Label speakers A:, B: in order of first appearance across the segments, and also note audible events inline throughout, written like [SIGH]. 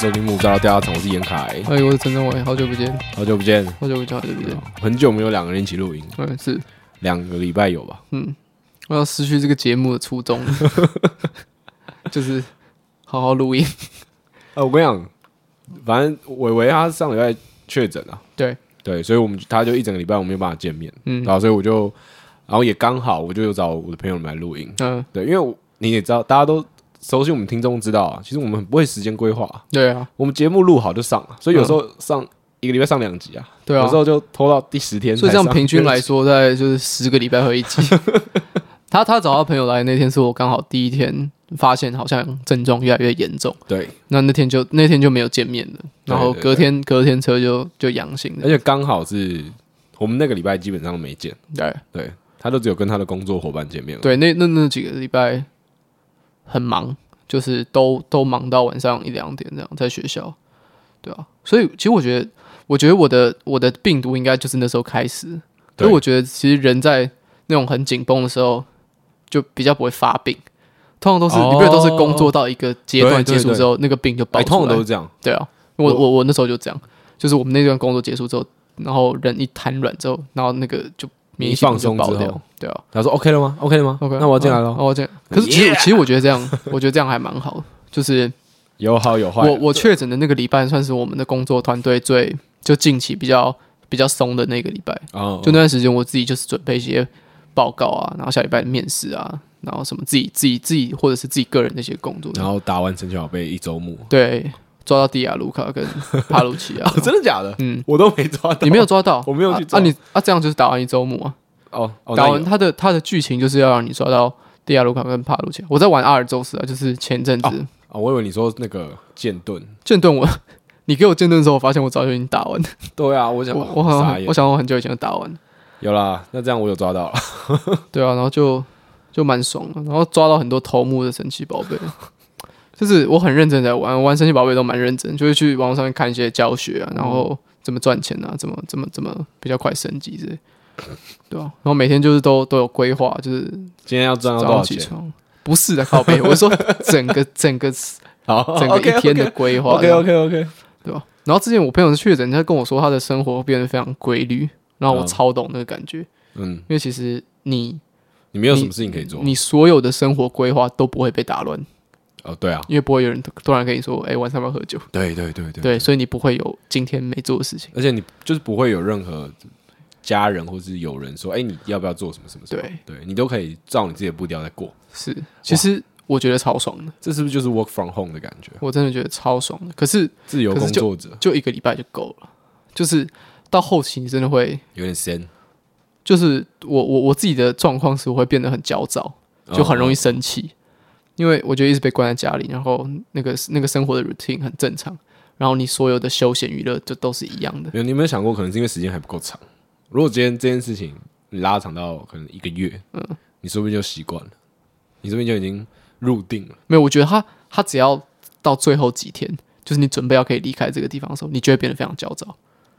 A: 收听木栅调查场，我是严凯，
B: 哎，我是陈正伟，好久不见，
A: 好久不见，
B: 好久不见，好久不见。
A: 很久没有两个人一起录音，
B: 嗯，是，
A: 两个礼拜有吧？
B: 嗯，我要失去这个节目的初
A: [LAUGHS]
B: 衷，就是好好录音。
A: 呃，我跟你讲，反正伟伟他上礼拜确诊啊，
B: 对
A: 对，所以我们他就一整个礼拜我们没有办法见面，啊
B: 嗯
A: 然后所以我就，然后也刚好我就有找我的朋友们来录音，
B: 嗯，
A: 对，因为我你也知道，大家都熟悉我们听众知道啊，其实我们很不会时间规划啊、
B: 对啊，
A: 我们节目录好就上啊，所以有时候上、一个礼拜上两集啊，
B: 嗯对啊
A: 有时。候就拖到第十天才
B: 所
A: 上，
B: 以这样平均来说，在就是十个礼拜会一
A: [LAUGHS]
B: 集。他他找他朋友来那天，是我刚好第一天发现好像症状越来越严重，
A: 对，
B: 那那天就那天就没有见面了，然
A: 对
B: 后
A: 哎对
B: 隔天隔天车就就阳性
A: 而
B: 了。
A: 且刚好是我们那个礼拜基本上没见，
B: 对
A: 对他都只有跟他的工作伙伴见面了。哎
B: 对，那那那几个礼拜很忙，就是都都忙到晚上一两点这样，在学校，对啊。所以其实我觉得，我觉得我的我的病毒应该就是那时候开始。
A: 对
B: 所以我觉得，其实人在那种很紧绷的时候，就比较不会发病。通常都是，
A: 哦
B: 你不是都是工作到一个阶段
A: 对
B: 结束之后，那个病就爆
A: 哎，通
B: 出
A: 常都
B: 来
A: 是。这样。
B: 对啊，我我我那时候就这样，就是我们那段工作结束之后，然后人一瘫软之后，然后那个就免疫系统
A: 你一放松
B: 就爆
A: 之后
B: 掉。对啊，
A: 他说 OK 了吗？OK 了吗
B: OK，
A: 那我要进来
B: 嗯
A: 了。
B: 哦我进来。可是其实其实我觉得这样， [LAUGHS] 我觉得这样还蛮好的。就是
A: 有好有坏。
B: 我我确诊的那个礼拜，算是我们的工作团队最就近期比较比较松的那个礼拜。
A: 哦，
B: 就那段时间，我自己就是准备一些报告啊，然后下礼拜的面试啊，然后什么自己自己自己或者是自己个人的一些工作。
A: 然后打完陈小贝一周目。
B: 对，抓到迪亚卢卡跟帕鲁奇啊
A: 哦，，真的假的？
B: 嗯，
A: 我都没抓到。哦
B: 你没有抓到，
A: [LAUGHS] 我没有去
B: 啊
A: 抓
B: 啊你啊这样就是打完一周目啊，
A: 哦，哦
B: 打
A: 那
B: 完
A: 有
B: 他的他的剧情就是要让你抓到迪亚卢卡跟帕鲁奇啊。我在玩阿尔宙斯啊，就是前阵子。
A: 哦，我以为你说那个剑盾。
B: [LAUGHS] 剑盾我，你给我剑盾的时候，我发现我早就已经打完了。
A: 对啊，我想
B: 我我好
A: 傻
B: 像
A: 眼
B: 我。想我很久以前就打完了。
A: 有啦，那这样我有抓到了。
B: 对啊，然后就就蛮爽的，然后抓到很多头目的神奇宝贝。就是我很认真地在玩，玩神奇宝贝都蛮认真，就是去网络上面看一些教学啊，然后怎么赚钱啊，怎么怎么怎么比较快升级之类，对啊，然后每天就是都都有规划，就是
A: 今天要赚到
B: 早
A: 多少
B: 上起
A: 钱？
B: 床，不是的靠背，我是说整个整个
A: 好，
B: 整个一天的规划这
A: OK
B: 样。
A: OK OK。
B: 对吧？然后之前我朋友确诊，他跟我说他的生活变得非常规律，然后我
A: 嗯
B: 超懂那个感觉，
A: 嗯，
B: 因为其实你
A: 你没有什么事情可以做。
B: 你所有的生活规划都不会被打乱，
A: 哦，对啊，
B: 因为不会有人突然跟你说，哎、晚上要不要喝酒，
A: 对对对
B: 对，所以你不会有今天没做的事情，
A: 而且你就是不会有任何家人或是友人说，哎、你要不要做什么什么什么？
B: 对，
A: 对你都可以照你自己的步调在过。
B: 是，其实我觉得超爽的，
A: 这是不是就是 work from home 的感觉？
B: 我真的觉得超爽的，可是
A: 自由
B: 可
A: 工
B: 是就
A: 作者
B: 就一个礼拜就够了，就是到后期你真的会，
A: 有点闲，
B: 就是我我我自己的状况是我会变得很焦躁，就很容易
A: 易
B: 生气，因为我觉得一直被关在家里，然后那个那个生活的 routine 很正常，然后你所有的休闲娱乐就都是一样的。
A: 嗯没有，你有没有想过，可能是因为时间还不够长？如果今天这件事情你拉长到可能一个月，嗯，你说不定就习惯了，你说不定就已经入定了。
B: 没有，我觉得他他只要到最后几天，就是你准备要可以离开这个地方的时候，你就会变得非常焦躁，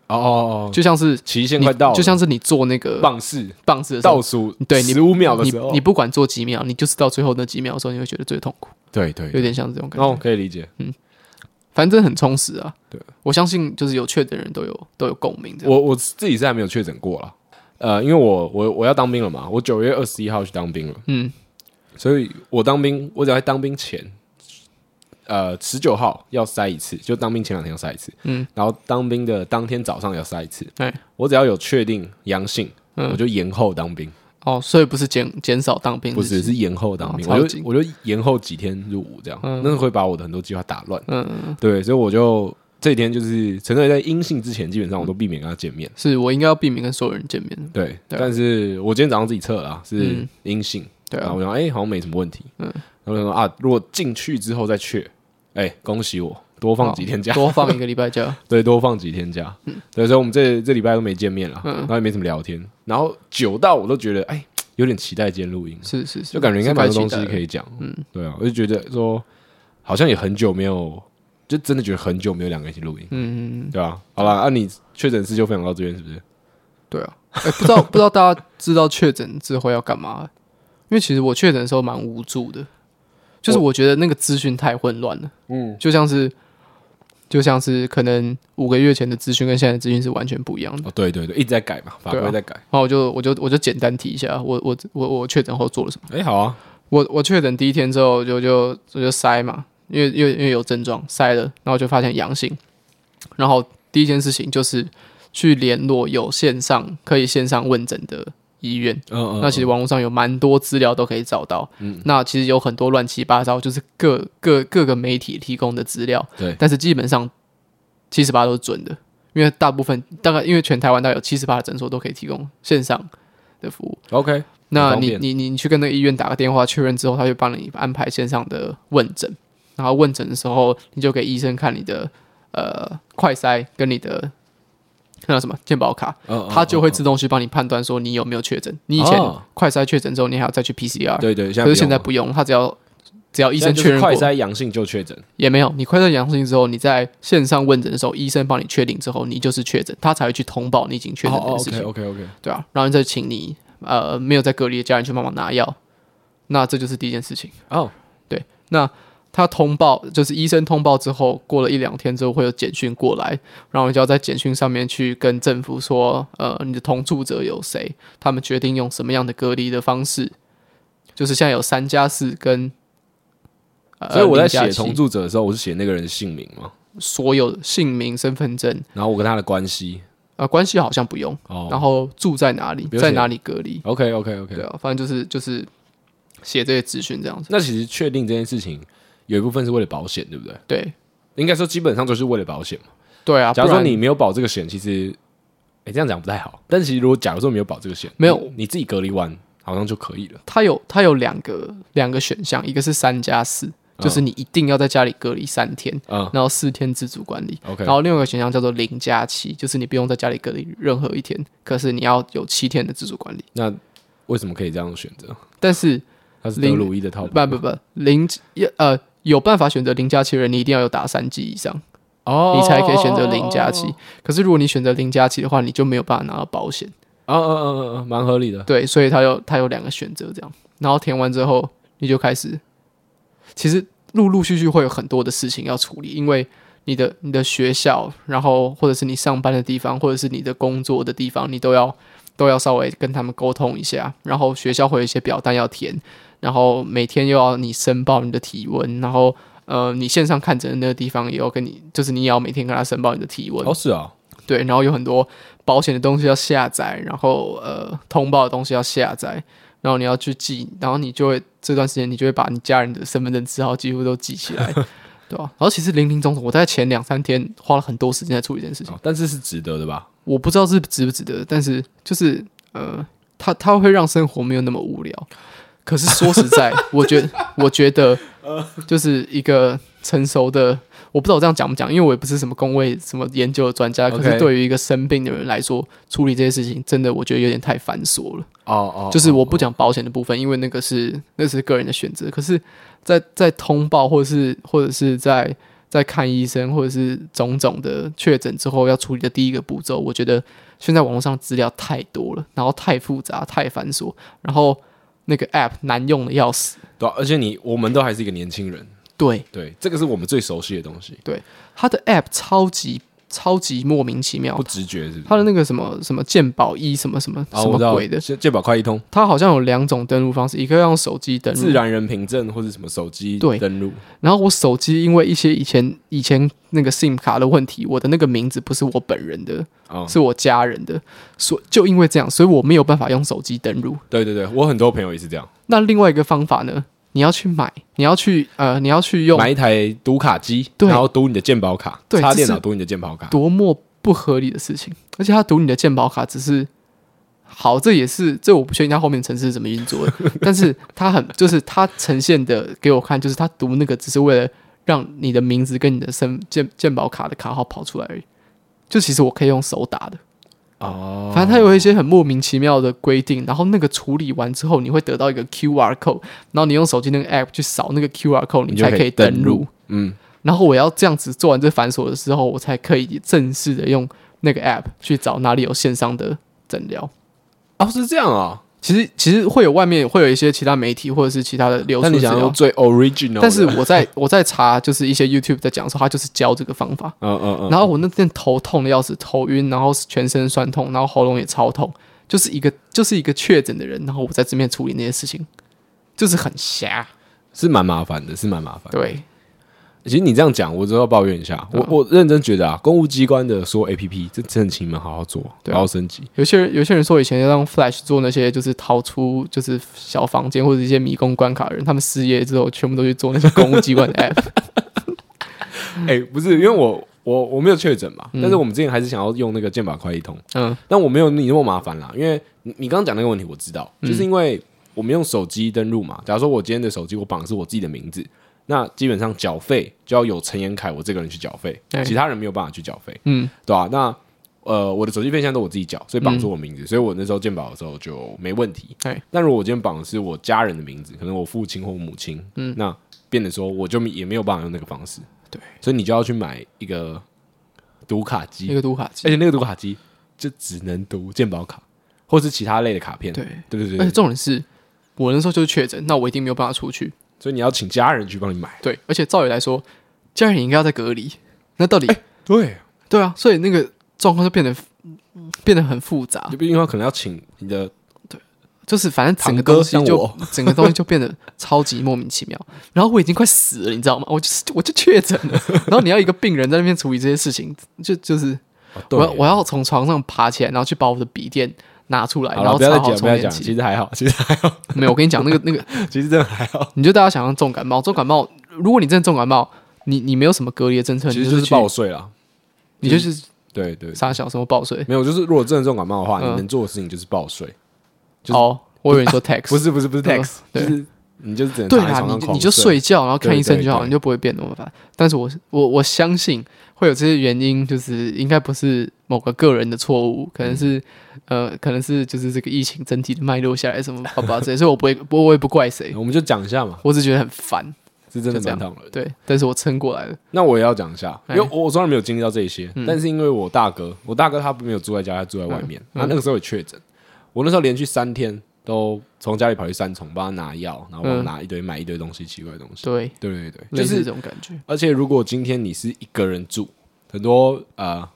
A: 哦哦哦，
B: 就像是
A: 期限
B: 你
A: 快到了，
B: 就像是你做那个
A: 棒式
B: 棒子的时
A: 倒
B: 候，
A: 数
B: 对你
A: 十五秒的
B: 你
A: 时候，
B: 你不管做几秒，你就是到最后那几秒的时候，你会觉得最痛苦，
A: 对对
B: 有
A: 对，
B: 点像这种感觉。
A: 哦，可以理解。
B: 反正很充实啊。
A: 对，
B: 我相信就是有确诊的人都有都有共鸣这样。
A: 我我自己是还没有确诊过啦，呃，因为我我我要当兵了嘛，我九月二十一号去当兵了，
B: 嗯，
A: 所以我当兵，我只要在当兵前，呃，十九号要筛一次，就当兵前两天要筛一次，
B: 嗯，
A: 然后当兵的当天早上要筛一次，
B: 哎，
A: 我只要有确定阳性，
B: 嗯
A: 我就延后当兵，
B: 哦，所以不是减减少当兵日期，
A: 不是是延后当兵，
B: 哦
A: 我
B: 超
A: 就
B: 紧
A: 我就延后几天入伍这样，那会把我的很多计划打乱，
B: 嗯嗯。嗯
A: 对，所以我就这几天就是陈队在阴性之前，基本上我都避免跟他见面。
B: 是我应该要避免跟所有人见面。
A: 对，
B: 对啊
A: 但是我今天早上自己测了啊，是
B: 嗯
A: 阴性，
B: 对
A: 然
B: 啊
A: 后，我想，哎、好像没什么问题，嗯，然后我想说啊，如果进去之后再确，哎、恭喜我，多放几天假，
B: 哦多放一个礼拜假。
A: [LAUGHS] 对，多放几天假，对，所以我们这这礼拜都没见面了，
B: 嗯
A: 然后也没怎么聊天，然后久到我都觉得，哎、有点期待今天录音，
B: 是啊是是，
A: 就感觉应该蛮多东西可
B: 以。
A: 以讲，嗯，对啊，我就觉得说，好像也很久没有，就真的觉得很久没有两个人一起录音，
B: 嗯，嗯嗯
A: 对啊，好啦，那、你确诊事就分享到这边是不是？
B: 对啊。哎、不知道不知道大家知道确诊之后要干嘛？啊因为其实我确诊的时候蛮无助的，就是我觉得那个资讯太混乱了。嗯，就像是就像是可能五个月前的资讯跟现在的资讯是完全不一样的。
A: 哦，对对对，一直在改嘛，法
B: 对
A: 规
B: 啊
A: 在改。
B: 然后我就我就我就简单提一下，我我我我确诊后做了什么。
A: 哎、好啊，
B: 我我确诊第一天之后就就我就筛嘛，因为因为因为有症状筛了，然后就发现阳性。然后第一件事情就是去联络有线上可以线上问诊的医院，
A: 嗯嗯，
B: 那其实网络上有蛮多资料都可以找到，那其实有很多乱七八糟，就是各各各个媒体提供的资料，
A: 对
B: 但是基本上七十八都是准的，因为大部分大概因为全台湾大概有七十八的诊所都可以提供线上的服务，
A: OK，
B: 那
A: 方
B: 你
A: 便
B: 你你你去跟那个医院打个电话确认之后，他就帮你安排线上的问诊，然后问诊的时候，你就给医生看你的呃快筛跟你的那叫什么健保卡，
A: 嗯嗯，
B: 他就会
A: 嗯
B: 自动去帮你判断说你有没有确诊。你以前
A: 哦
B: 快筛确诊之后，你还要再去 PCR，
A: 嗯对对，现
B: 可是现
A: 在
B: 在
A: 不
B: 不用，他只要只要医
A: 用
B: 生
A: 现在就是
B: 确认过
A: 快筛阳性就确诊，
B: 也没有，你快筛阳性之后，你在线上问诊的时候，医生帮你确定之后，你就是确诊，他才会去通报你已经确诊这件事情。
A: OK OK OK，
B: 对啊，然后再请你呃没有在隔离的家人去帮忙拿药，那这就是第一件事情。
A: 哦，
B: 那他通报就是医生通报之后，过了一两天之后会有简讯过来，然后你就要在简讯上面去跟政府说，呃，你的同住者有谁，他们决定用什么样的隔离的方式，就是现在有三加四跟，呃
A: 所以我在
B: 零加
A: 写
B: 七
A: 同住者的时候，我是写那个人的姓名嘛，
B: 所有的姓名、身份证，
A: 然后我跟他的关系。
B: 呃，关系好像不用，
A: 哦，
B: 然后住在哪里，
A: 比如
B: 在
A: 写
B: 哪里隔离，
A: OK OK OK，
B: 对啊，反正就是就是写这些资讯这样子。
A: 那其实确定这件事情有一部分是为了保险，对不对？
B: 对
A: 应该说基本上就是为了保险嘛。
B: 对啊，
A: 假如
B: 不
A: 说
B: 然
A: 你没有保这个险，其实，哎、这样讲不太好。但其实如果假如说没有保这个险，
B: 没有
A: 你你自己隔离完，好像就可以了。
B: 它有它有两个两个选项，一个是三加四，就是你一定要在家里隔离三天，
A: 嗯
B: 然后四天自主管理。
A: OK，
B: 然后另外一个选项叫做零加七，就是你不用在家里隔离任何一天，可是你要有七天的自主管理。
A: 那为什么可以这样选择？
B: 但是
A: 它是
B: 零
A: 德鲁伊的套
B: 不不不，零呃有办法选择零加七的人，你一定要有打三剂以上，
A: 哦
B: 你才可以选择零加七。可是如果你选择零加七的话，你就没有办法拿到保险。
A: 哦哦哦哦哦，蛮合理的。
B: 对，所以他有他有两个选择这样，然后填完之后你就开始，其实陆陆续续会有很多的事情要处理，因为你的你的学校，然后或者是你上班的地方，或者是你的工作的地方，你都要都要稍微跟他们沟通一下，然后学校会有一些表单要填，然后每天又要你申报你的体温，然后。呃，你线上看诊的那个地方也要跟你，就是你也要每天跟他申报你的体温，
A: 哦，是哦，
B: 对，然后有很多保险的东西要下载，然后呃通报的东西要下载，然后你要去记，然后你就会这段时间你就会把你家人的身份证字号几乎都记起来， [LAUGHS] 对吧、然后其实零零总总，我在前两三天花了很多时间在处理这件事情，
A: 哦但是是值得的吧？
B: 我不知道是值不值得，但是就是呃，它它会让生活没有那么无聊。可是说实在，我觉我觉得就是一个成熟的，我不知道我这样讲不讲，因为我也不是什么工位什么研究的专家。
A: OK
B: 可是对于一个生病的人来说，处理这些事情真的我觉得有点太繁琐了。
A: 哦哦，
B: 就是我不讲保险的部分，因为那个是那是个人的选择。可是在，在通报或者是或者是在在看医生或者是种种的确诊之后要处理的第一个步骤，我觉得现在网络上资料太多了，然后太复杂、太繁琐，然后那个 app 难用的要死。
A: 对啊、而且你我们都还是一个年轻人，
B: 对，
A: 对，这个是我们最熟悉的东西，
B: 它的 app 超级超级莫名其妙
A: 不，直觉是不是？
B: 它的那个什么什么鉴宝医什么什么
A: 啊
B: 什
A: 我
B: 么
A: 知道
B: 鬼的，
A: 健健保快一通，
B: 它好像有两种登录方式，一个要用手机登录
A: 自，然人凭证或者什么手机
B: 对
A: 登录，
B: 然后我手机因为一些以前以前那个 SIM 卡的问题，我的那个名字不是我本人的，
A: 哦，
B: 是我家人的，所就因为这样，所以我没有办法用手机登录。
A: 对对对，我很多朋友也是这样，
B: 那另外一个方法呢？你要去买，你要去呃，你要去用，
A: 买一台读卡机，
B: 对
A: 然后读你的健保卡，
B: 对
A: 插
B: 这
A: 电
B: 是
A: 脑读你的健保卡，
B: 多么不合理的事情！而且他读你的健保卡，只是好，这也是这我不确定他后面城市是怎么运作的，但是他很就是他呈现的给我看，就是他读那个只是为了让你的名字跟你的身健健保卡的卡号跑出来而已。就其实我可以用手打的。
A: 哦，
B: 反正它有一些很莫名其妙的规定，然后那个处理完之后，你会得到一个 QR code，然后你用手机那个 app 去扫那个 QR code，
A: 你就
B: 才
A: 可以
B: 可以
A: 登
B: 登
A: 录
B: 录。
A: 嗯，
B: 然后我要这样子做完这繁琐的时候，我才可以正式的用那个 app 去找哪里有线上的诊疗。
A: 哦是这样啊、
B: 其实其实会有外面会有一些其他媒体或者是其他的流出
A: 但
B: 资
A: 你想要
B: 料，
A: 最 original，的
B: 但是我在我在查就是一些 YouTube 在讲的时候，他就是教这个方法。
A: 嗯嗯嗯，
B: 然后我那天头痛的要死，头晕，然后全身酸痛，然后喉咙也超痛，就是一个就是一个确诊的人，然后我在这边处理那些事情，就是很瞎。
A: 是蛮麻烦的，是蛮麻烦。
B: 对，
A: 其实你这样讲，我只要抱怨一下，我我认真觉得啊，公务机关的说 A P P，这真的请你们好好做，
B: 对啊
A: 好好升级。
B: 有些人有些人说以前要让 Flash 做那些就是逃出就是小房间或者一些迷宫关卡的人，他们失业之后全部都去做那些公务机关的 [LAUGHS] app。
A: 哎、不是，因为我我我没有确诊嘛，但是我们之前还是想要用那个健保快一通， [LAUGHS]
B: 嗯，
A: 但我没有你那么麻烦啦，因为你你刚刚讲那个问题我知道，
B: 嗯
A: 就是因为我们用手机登录嘛，假如说我今天的手机我绑的是我自己的名字，那基本上缴费就要有陈延凯我这个人去缴费，
B: 对
A: 其他人没有办法去缴费，
B: 嗯，
A: 对吧、那呃，我的手机费现在都我自己缴，所以绑住我名字，所以我那时候健保的时候就没问题。
B: 嗯对，
A: 但如果我今天绑的是我家人的名字，可能我父亲或母亲，嗯，那变得说我就也没有办法用那个方式，
B: 对，
A: 所以你就要去买一个读卡机
B: 一，个读卡机
A: 而。且那个读卡机就只能读健保卡或是其他类的卡片，
B: 对
A: 对对
B: 而且
A: 对，
B: 重点是，我那时候就是确诊，那我一定没有办法出去。
A: 所以你要请家人去帮你买，
B: 对，而且照理来说，家人应该要在隔离，那到底、
A: 对，
B: 对啊，所以那个状况就变得变得很复杂，
A: 就毕竟他可能要请你的
B: 就是反正整个
A: 堂哥
B: 东西
A: 像
B: 就
A: 我
B: 整个东西就变得超级莫名其妙。然后我已经快死了，你知道吗？我就是我就确诊
A: [LAUGHS]
B: 了，然后你要一个病人在那边处理这些事情，就就是
A: 哦
B: 我要我
A: 要。
B: 要从床上爬起来，然后去把我的笔电拿出来，
A: 好
B: 然
A: 了，
B: 后
A: 不要
B: 插
A: 再
B: 好
A: 讲，不要
B: 充
A: 讲，
B: 电
A: 其
B: 器。
A: 实还好，其实还好，
B: 没有，我跟你讲，那个那个，
A: 其实真的还好，
B: 你就大家想象重感冒，重感冒，如果你真的重感冒，你你没有什么隔离的政策，
A: 其实
B: 你
A: 就是是
B: 去
A: 报税啦。
B: 你就是
A: 对对，
B: 傻小什么报税。
A: 没有，就是如果真的重感冒的话，
B: 嗯
A: 你能做的事情就是报税，就是
B: 哦，我以为你说 tax，
A: 不是不是不是
B: 嗯
A: tax，就
B: 对
A: 是你就是只能
B: 对
A: 躺在
B: 啦，
A: 床上
B: 你
A: 狂
B: 你就睡觉，然后看医生就
A: 对对
B: 好，
A: 对
B: 你就不会变那么烦。但是我是我我相信会有这些原因，就是应该不是某个个人的错误，可
A: 嗯
B: 能是、呃，可能是就是这个疫情整体的脉络下来什么爸爸之类，所以我不会不我也不怪谁，
A: 我们就讲一下嘛，
B: 我只是觉得很烦，
A: 是真的
B: 就这
A: 蛮
B: 样
A: 烫人。
B: 对，但是我撑过来了，
A: 那我也要讲一下，因
B: 哎嗯
A: 为我虽然没有经历到这一些，但是因为我大哥，我大哥他没有住在家，他住在外面，
B: 嗯
A: 他那个时候也确诊，我那时候连续三天都从家里跑去三重帮他拿药，然后帮他
B: 嗯
A: 拿一堆买一堆东西，奇怪的东西。
B: 对，
A: 对对对，对
B: 类
A: 就
B: 似
A: 是
B: 这种感觉，
A: 而且如果今天你是一个人住，很多呃，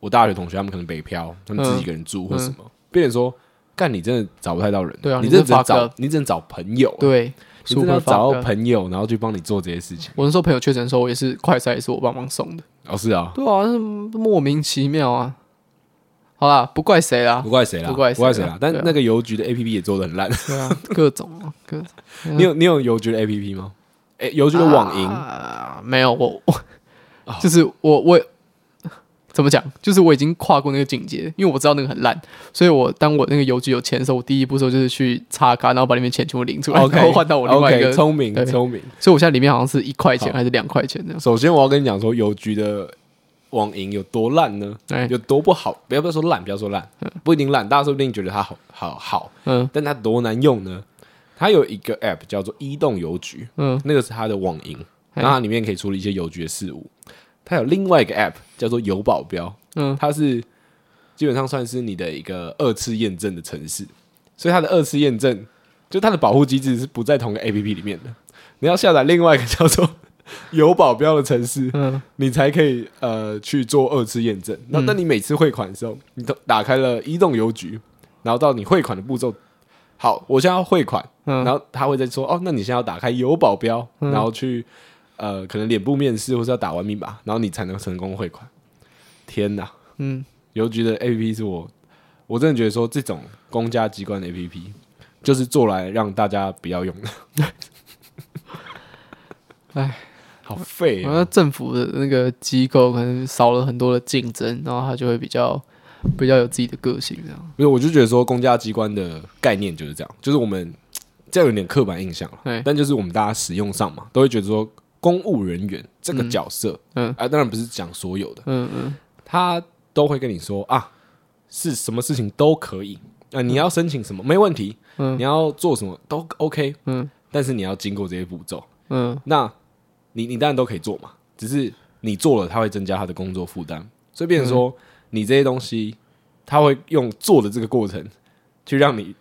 A: 我大学同学他们可能北漂，他们自己一个人住或什么，变成说，干你真的找不太到人，
B: 嗯对啊
A: 你
B: 你
A: 真的
B: 真
A: 只能
B: fucked
A: 找
B: up，
A: 你只能找朋友，，
B: 对，
A: 你真
B: super
A: 的要找
B: fucked
A: 到
B: up
A: 朋友，然后去帮你做这些事情。
B: 我那时候朋友确诊的时候，我也是快筛，也是我帮忙送的，
A: 哦，是啊，
B: 对啊，那莫名其妙啊，好啦，不怪谁啦
A: [LAUGHS] 不，怪谁啦，
B: 不怪谁啦
A: 谁啦。但
B: 对啊
A: 那个邮局的 A P P 也做的很烂，
B: 对啊， [LAUGHS] 各种啊各种。
A: 你有你有邮局的 A P P 吗？哎，邮局的网银，
B: 啊没有我我、
A: 哦
B: 就是我我怎么讲，就是我已经跨过那个境界，因为我知道那个很烂，所以我当我那个邮局有钱的时候，我第一步骤就是去插卡，然后把里面钱全部领出来
A: OK，
B: 然后换到我另外一个
A: OK，聪明
B: 对
A: 聪明。
B: 所以我现在里面好像是一块钱
A: 好
B: 还是两块钱这样。
A: 首先我要跟你讲说，邮局的网银有多烂呢？
B: 哎，
A: 有多不好？不要不要说烂，不要说烂，不一定烂，大家说不定觉得它好好好，
B: 嗯
A: 但它多难用呢？它有一个 App 叫做移动邮局，
B: 嗯，
A: 那个是它的网银，
B: 哎
A: 然后它里面可以处理一些邮局的事务。它有另外一个 App 叫做邮保镖，
B: 嗯，
A: 它是基本上算是你的一个二次验证的城市，所以它的二次验证就它的保护机制是不在同个 A P P 里面的，你要下载另外一个叫做 [LAUGHS] 有保镖的城市，
B: 嗯，
A: 你才可以呃去做二次验证。那、那你每次汇款的时候，你都打开了移动邮局，然后到你汇款的步骤，好，我现在要汇款，
B: 嗯
A: 然后他会再说哦，那你现在要打开有保镖，然后去呃可能脸部面试或是要打完密码，然后你才能成功汇款。天哪，
B: 嗯，
A: 邮局的 A P P 是我，我真的觉得说这种公家机关的 A P P 就是做来让大家不要用的。
B: [LAUGHS] 唉，
A: 好废、
B: 我
A: 啊！
B: 觉得政府的那个机构可能少了很多的竞争，然后他就会比较比较有自己的个性这样。
A: 没有，我就觉得说公家机关的概念就是这样，就是我们这样有点刻板印象了
B: 对，
A: 但就是我们大家使用上嘛，都会觉得说公务人员这个角色，
B: 嗯
A: 啊，当然不是讲所有的，
B: 嗯嗯，
A: 他都会跟你说啊，是什么事情都可以，啊，你要申请什么没问题，
B: 嗯
A: 你要做什么都 OK，
B: 嗯，
A: 但是你要经过这些步骤，
B: 嗯，
A: 那你你当然都可以做嘛，只是你做了，它会增加他的工作负担，所以变成
B: 嗯
A: 说、你这些东西，他会用做的这个过程去让你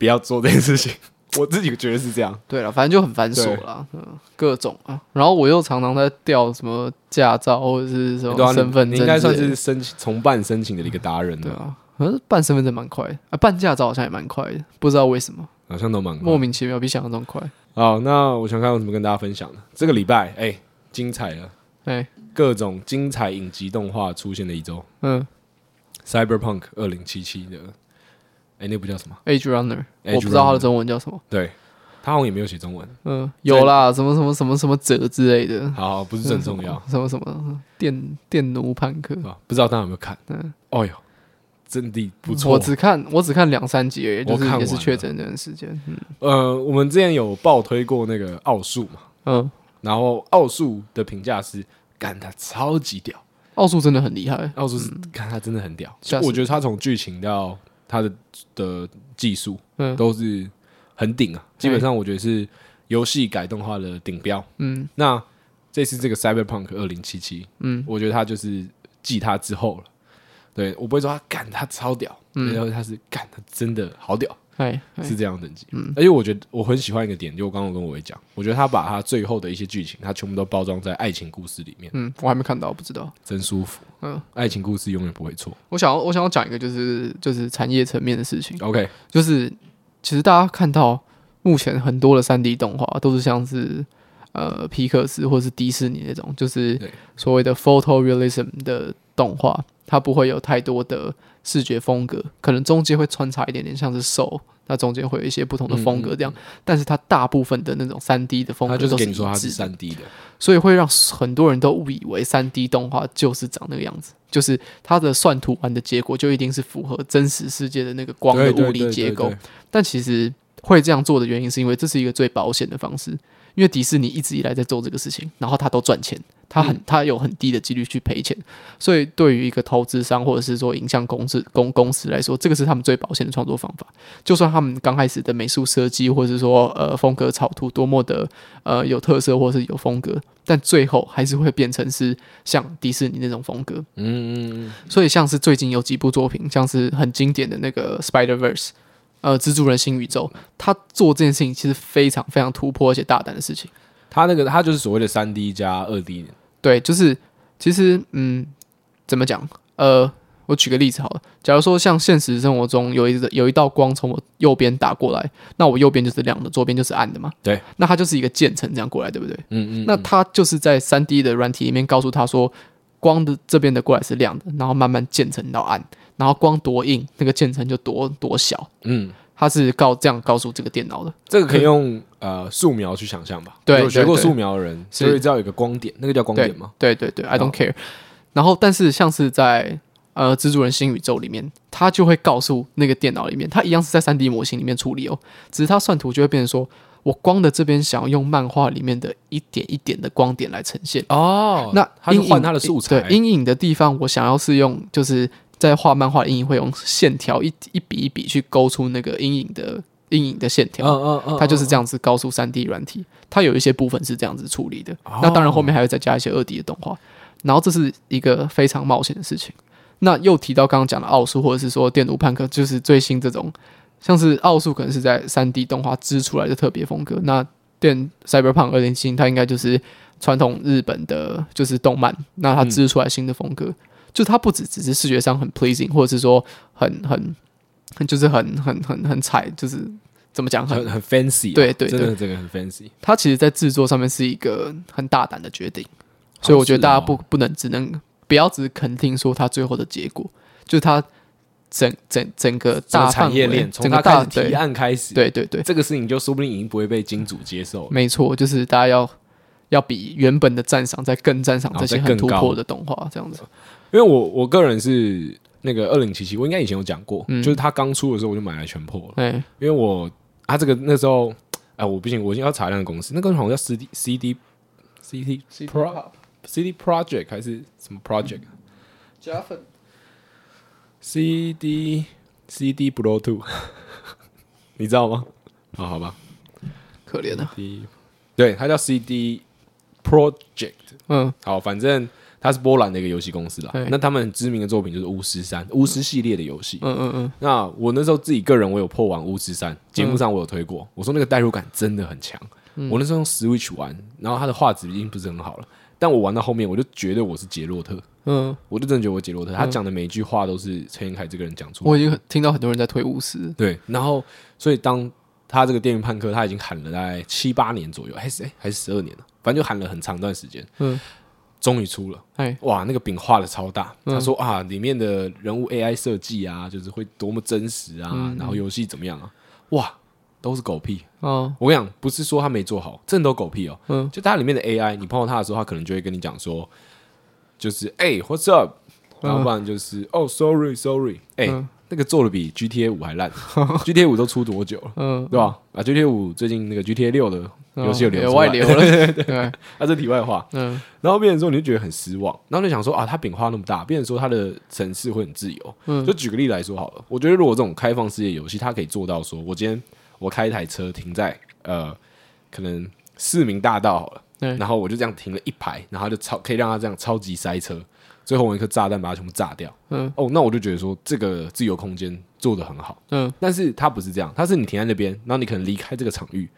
A: 不要做这件事情。 [LAUGHS] 我自己觉得是这样，
B: 对了，反正就很繁琐啦，嗯，各种啊。然后我又常常在调什么驾照或者是什么
A: 对啊，
B: 哦身份证
A: 你应
B: 之类的，
A: 该算是申请从办申请的一个达人
B: 对
A: 了，
B: 啊。可是办身份证蛮快的啊，办驾照好像也蛮快的，不知道为什么，
A: 好像都蛮快
B: 莫名其妙比想象中快。
A: 好，那我想看有什么跟大家分享的。这个礼拜，哎、精彩了，
B: 哎、
A: 各种精彩影集动画出现的一周，
B: 嗯
A: 《Cyberpunk 二零七七》的，哎、那部叫什么？
B: ，Age Runner，
A: Edge
B: 我不知道它
A: Runner
B: 的中文叫什么。
A: 对，他好像也没有写中文。
B: 嗯，有啦，什么什么什么什么者之类的，
A: 好好，不是很重
B: [LAUGHS]
A: 要啊、
B: 什么什么电电奴判客，
A: 不知道大家有没有看？
B: 嗯，
A: 哦呦，真的不
B: 我
A: 错。
B: 只看我只看两三集而已，
A: 我
B: 就是
A: 看
B: 也是
A: 完
B: 确
A: 了
B: 诊这段时间。嗯
A: 呃，我们之前有爆推过那个奥数嘛，
B: 嗯，
A: 然后奥数的评价是，干他超级屌，
B: 奥数真的很厉害，
A: 奥数是干他真的很屌。
B: 嗯吓死
A: 我觉得他从剧情到他的的技术，
B: 嗯哎
A: 都是很顶啊，基本上我觉得是游戏改动画的顶标。
B: 嗯
A: 那这次这个 Cyberpunk 二零七七，
B: 嗯，
A: 我觉得他就是继他之后了。对我不会说他干他超屌，然后他是干他真的好屌，
B: 哎，嗯哎
A: 是这样的等级。而且我觉得我很喜欢一个点，就我刚刚跟我也讲，我觉得他把他最后的一些剧情，他全部都包装在爱情故事里面，
B: 嗯，我还没看到，不知道。
A: 真舒服。
B: 嗯，
A: 爱情故事永远不会错。
B: 我想要我想要讲一个就是就是产业层面的事情，
A: OK，
B: 就是其实大家看到目前很多的三 D 动画都是像是呃皮克斯或是迪士尼那种，就是
A: 对
B: 所谓的 photorealism 的动画，它不会有太多的视觉风格，可能中间会穿插一点点像是手。那中间会有一些不同的风格，这样，但是它大部分的那种三 D 的风
A: 嗯他
B: 格
A: 就
B: 都
A: 是给
B: 一
A: 你说他
B: 致
A: 是
B: 的
A: 三 D 的，
B: 所以会让很多人都误以为三 D 动画就是长那个样子，就是它的算图完的结果就一定是符合真实世界的那个光的
A: 对对
B: 物理
A: 对
B: 结
A: 对
B: 构
A: 对。
B: 但其实会这样做的原因，是因为这是一个最保险的方式，因为迪士尼一直以来在做这个事情，然后他都赚钱，他很他有很低的几率去赔钱，所以对于一个投资商或者是说影像公司公公司来说，这个是他们最保险的创作方法。就算他们刚开始的美术设计或者是说呃风格草图多么的呃有特色或者是有风格，但最后还是会变成是像迪士尼那种风格。
A: 嗯嗯嗯，
B: 所以像是最近有几部作品，像是很经典的那个 Spider Verse，呃，蜘蛛人新宇宙，他做这件事情其实非常非常突破而且大胆的事情。
A: 他那个他就是所谓的三 D 加二 D
B: 对，就是其实嗯，怎么讲？呃，我举个例子好了，假如说像现实生活中有一有一道光从我右边打过来，那我右边就是亮的，左边就是暗的嘛。
A: 对，
B: 那它就是一个渐层这样过来，对不对？
A: 嗯嗯，
B: 那它就是在三 D 的软体里面告诉他说，光的这边的过来是亮的，然后慢慢渐层到暗，然后光多硬，那个渐层就多多小。
A: 嗯，
B: 它是告这样告诉这个电脑的，
A: 这个可以用呃素描去想象吧。
B: 对
A: 有学过
B: 对对
A: 素描的人，
B: 是
A: 所以知道有一个光点，那个叫光
B: 对
A: 点吗？哦
B: 对对对，I
A: 好
B: don't care。然后，但是像是在呃《蜘蛛人新宇宙》里面，它就会告诉那个电脑里面，它一样是在三 D 模型里面处理哦，只是它算图就会变成说，我光的这边想要用漫画里面的一点一点的光点来呈现。
A: 哦
B: 那
A: 他就
B: 阴影
A: 换他的素材，
B: 对，阴影的地方，我想要是用就是在画漫画的阴影会用线条一一笔一笔去勾出那个阴影的阴影的线条。
A: 嗯嗯
B: 它就是这样子高速三 D 软体，它有一些部分是这样子处理的。那当然后面还会再加一些二 D 的动画，然后这是一个非常冒险的事情。那又提到刚刚讲的奥数，或者是说电炉判客，就是最新这种，像是奥数可能是在三 D 动画织出来的特别风格。那电 Cyberpunk 二零七它应该就是传统日本的，就是动漫，那它织出来新的风格，就它不只只是视觉上很 pleasing，或者是说很很很就是很很很很彩，就是怎么讲很
A: 很很 fancy，啊
B: 对对对
A: 真的这个很 fancy，
B: 它其实在制作上面是一个很大胆的决
A: 哦
B: 定，所以我觉得大家不不能只能不要只肯定说它最后的结果，就是它整整整个
A: 整
B: 大
A: 个
B: 范
A: 产业
B: 围
A: 链，从
B: 整
A: 他
B: 个
A: 开
B: 大
A: 始提
B: 对
A: 案开始，，
B: 对对对，
A: 这个事情就说不定已经不会被金主接受了。
B: 没错，就是大家要要比原本的赞赏再更赞赏
A: 然后
B: 这些
A: 再更
B: 很突
A: 高
B: 破的动画，这样子。
A: 因为我我个人是那个二零七七，我应该以前有讲过，
B: 嗯
A: 就是他刚出的时候我就买来全破了，
B: 哎，
A: 因为我他这个那时候，哎，我不行，我一定要查那个公司，那个好像叫 CD CD CD Pro CD Project 还是什么 Project 啊 CD CD Pro Two，你知道吗？哦，好吧
B: 可怜啊，
A: ，D，对，它叫 CD Project。
B: 嗯
A: 好，反正它是波兰的一个游戏公司啦
B: 对。
A: 那他们很知名的作品就是《巫师三》，巫师系列的游戏。
B: 嗯嗯嗯，
A: 那我那时候自己个人，我有破完《巫师三》，节目上我有推过，我说那个代入感真的很强。
B: 嗯
A: 我那时候用 Switch 玩，然后它的画质已经不是很好了，但我玩到后面，我就觉得我是杰洛特，
B: 嗯，
A: 我就真的觉得我杰洛特，他讲的每一句话都是陈彦凯这个人讲出来的。
B: 我已经很听到很多人在推巫师，
A: 对，然后所以当他这个电影判科，他已经喊了大概七八年左右，还是哎还是十二年了，反正就喊了很长段时间，
B: 嗯，
A: 终于出了。
B: 哎，
A: 哇，那个饼画的超大，
B: 嗯
A: 他说啊，里面的人物 AI 设计啊，就是会多么真实啊，
B: 嗯
A: 然后游戏怎么样啊，哇，都是狗屁。
B: 哦，
A: 我跟你讲，不是说他没做好，真的都狗屁哦。
B: 嗯
A: 就它里面的 AI，你碰到它的时候，它可能就会跟你讲说，就是哎、w h a t s up？然后不然就是、哦，sorry，sorry，哎、
B: 嗯
A: 那个做的比 GTA 五还烂，GTA 五都出多久了？
B: 嗯，
A: 对吧？啊，GTA 五最近那个 GTA 六的游戏有流
B: 哦有
A: 出来
B: 外流，了，对，
A: [LAUGHS] 啊，这题外话。
B: 嗯
A: 然后变成说你就觉得很失望，然后就想说啊，它饼画那么大，变成说它的城市会很自由。
B: 嗯
A: 就举个例来说好了，我觉得如果这种开放世界游戏，它可以做到说，我今天我开一台车停在呃，可能市民大道好了，
B: 对
A: 然后我就这样停了一排，然后就超可以让它这样超级塞车，最后我用一颗炸弹把它全部炸掉。
B: 嗯
A: 哦，那我就觉得说这个自由空间做得很好。
B: 嗯
A: 但是它不是这样，它是你停在那边，然后你可能离开这个场域，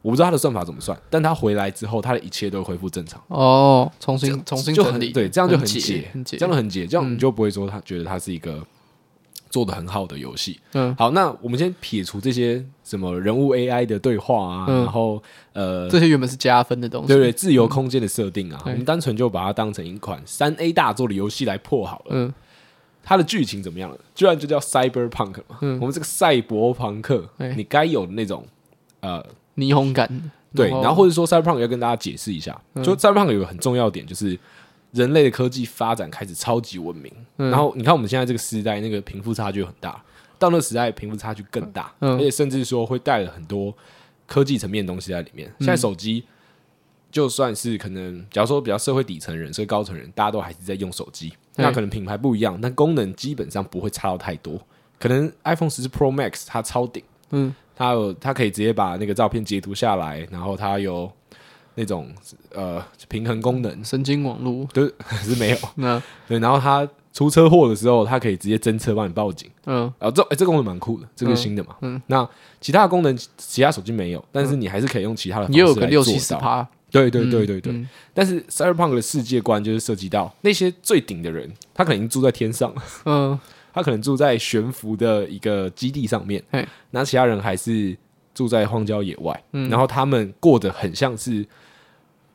A: 我不知道它的算法怎么算，但它回来之后，它的一切都会恢复正常。
B: 哦，重新重新
A: 就
B: 整
A: 很
B: 理，
A: 对，这样就很
B: 解，
A: 解
B: 很，解嗯
A: 这，样就很解，这样你就不会说他觉得它是一个做的很好的游戏。
B: 嗯，
A: 好，那我们先撇除这些什么人物 AI 的对话啊，
B: 嗯
A: 然后呃，
B: 这些原本是加分的东
A: 对
B: 西，
A: 不对？自由空间的设定啊，我
B: 对
A: 们单纯就把它当成一款三 A 大作的游戏来破好了。
B: 嗯
A: 它的剧情怎么样了？居然就叫 Cyberpunk 嘛，
B: 嗯哎
A: 我们这个赛博朋克
B: 对，
A: 你该有的那种呃
B: 霓虹感，
A: 对，然后或嗯者说 Cyberpunk 要跟大家解释一下，就 Cyberpunk 有个很重要的点，就是人类的科技发展开始超级文明，然后你看我们现在这个时代，那个贫富差距很大，到那个时代贫富差距更大，
B: 嗯
A: 而且甚至说会带了很多科技层面的东西在里面。现在手机。就算是可能，假如说比较社会底层人、社会高层人，大家都还是在用手机。
B: 对
A: 那可能品牌不一样，但功能基本上不会差到太多。可能 iPhone 十 Pro Max 它超顶。
B: 嗯
A: 它有它可以直接把那个照片截图下来，然后它有那种呃平衡功能，
B: 神经网络，
A: 就是还是没有 [LAUGHS]
B: 那
A: 对，然后它出车祸的时候，它可以直接侦测帮你报警，
B: 嗯
A: 啊、这、欸、这功能蛮酷的，这个是新的嘛，嗯，那其他的功能其他手机没有，但是你还是可以用其他的方式
B: 也有个
A: 来
B: 六
A: 做
B: 七十
A: 到
B: 趴，
A: 对对对对对，
B: 嗯
A: 但是 Cyberpunk 的世界观就是涉及到那些最顶的人，他可能已经住在天上了，
B: 嗯
A: 他可能住在悬浮的一个基地上面
B: 嘿，
A: 那其他人还是住在荒郊野外，
B: 嗯
A: 然后他们过得很像是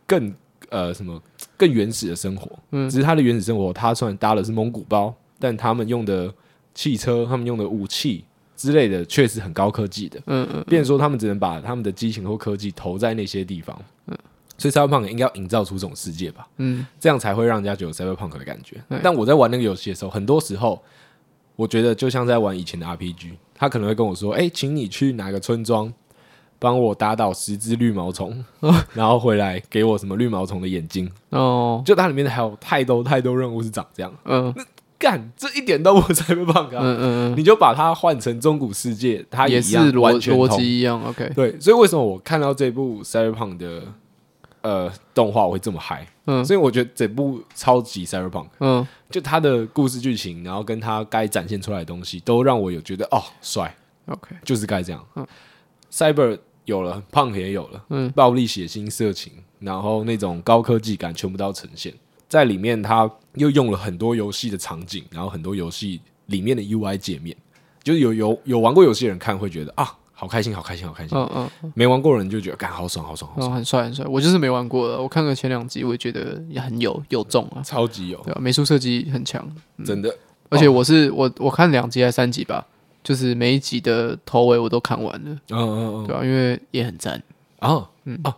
A: 更呃什么更原始的生活，
B: 嗯
A: 只是他的原始生活，他虽然搭的是蒙古包，但他们用的汽车、他们用的武器之类的，确实很高科技的，
B: 嗯嗯
A: 变成说他们只能把他们的激情或科技投在那些地方，所以 Cyberpunk 应该要营造出这种世界吧。
B: 嗯
A: 这样才会让人家觉得有 cyberpunk 的感觉
B: 对。
A: 但我在玩那个游戏的时候，很多时候我觉得就像在玩以前的 RPG，他可能会跟我说：“哎、请你去哪个村庄帮我打倒十只绿毛虫， [LAUGHS] 然后回来给我什么绿毛虫的眼睛。
B: 哦”
A: 就它里面还有太多太多任务是长这样，
B: 嗯
A: 干这一点都不 cyberpunk
B: 嗯
A: 啊！
B: 嗯嗯，
A: 你就把它换成中古世界，它
B: 也
A: 一
B: 是
A: 样
B: 逻
A: 完全
B: 逻
A: 通
B: 辑一样，OK，
A: 对，所以为什么我看到这部 Cyberpunk 的呃动画我会这么嗨？
B: 嗯
A: 所以我觉得整部超级 Cyberpunk，
B: 嗯，
A: 就它的故事剧情，然后跟它该展现出来的东西，都让我有觉得哦，帅，
B: OK，
A: 就是该这样。
B: 嗯
A: Cyber 有了，Punk 也有了，
B: 嗯
A: 暴力、血腥、色情，然后那种高科技感全部都要呈现在里面。它又用了很多游戏的场景，然后很多游戏里面的 UI 界面，就是有有有玩过游戏的人看会觉得啊，好开心，好开心，好开心。
B: 嗯嗯，哦
A: 没玩过的人就觉得，干好爽，好爽，好
B: 然
A: 爽，
B: 后很帅很帅，我就是没玩过的，我看了前两集，我觉得也很有有中啊，
A: 超级有，
B: 对吧？美术设计很强，
A: 真的。
B: 而且我是我我看两集还是三集吧，就是每一集的头尾我都看完了，
A: 嗯嗯
B: 对啊
A: 嗯，
B: 吧？因为也很赞，
A: 啊，嗯啊，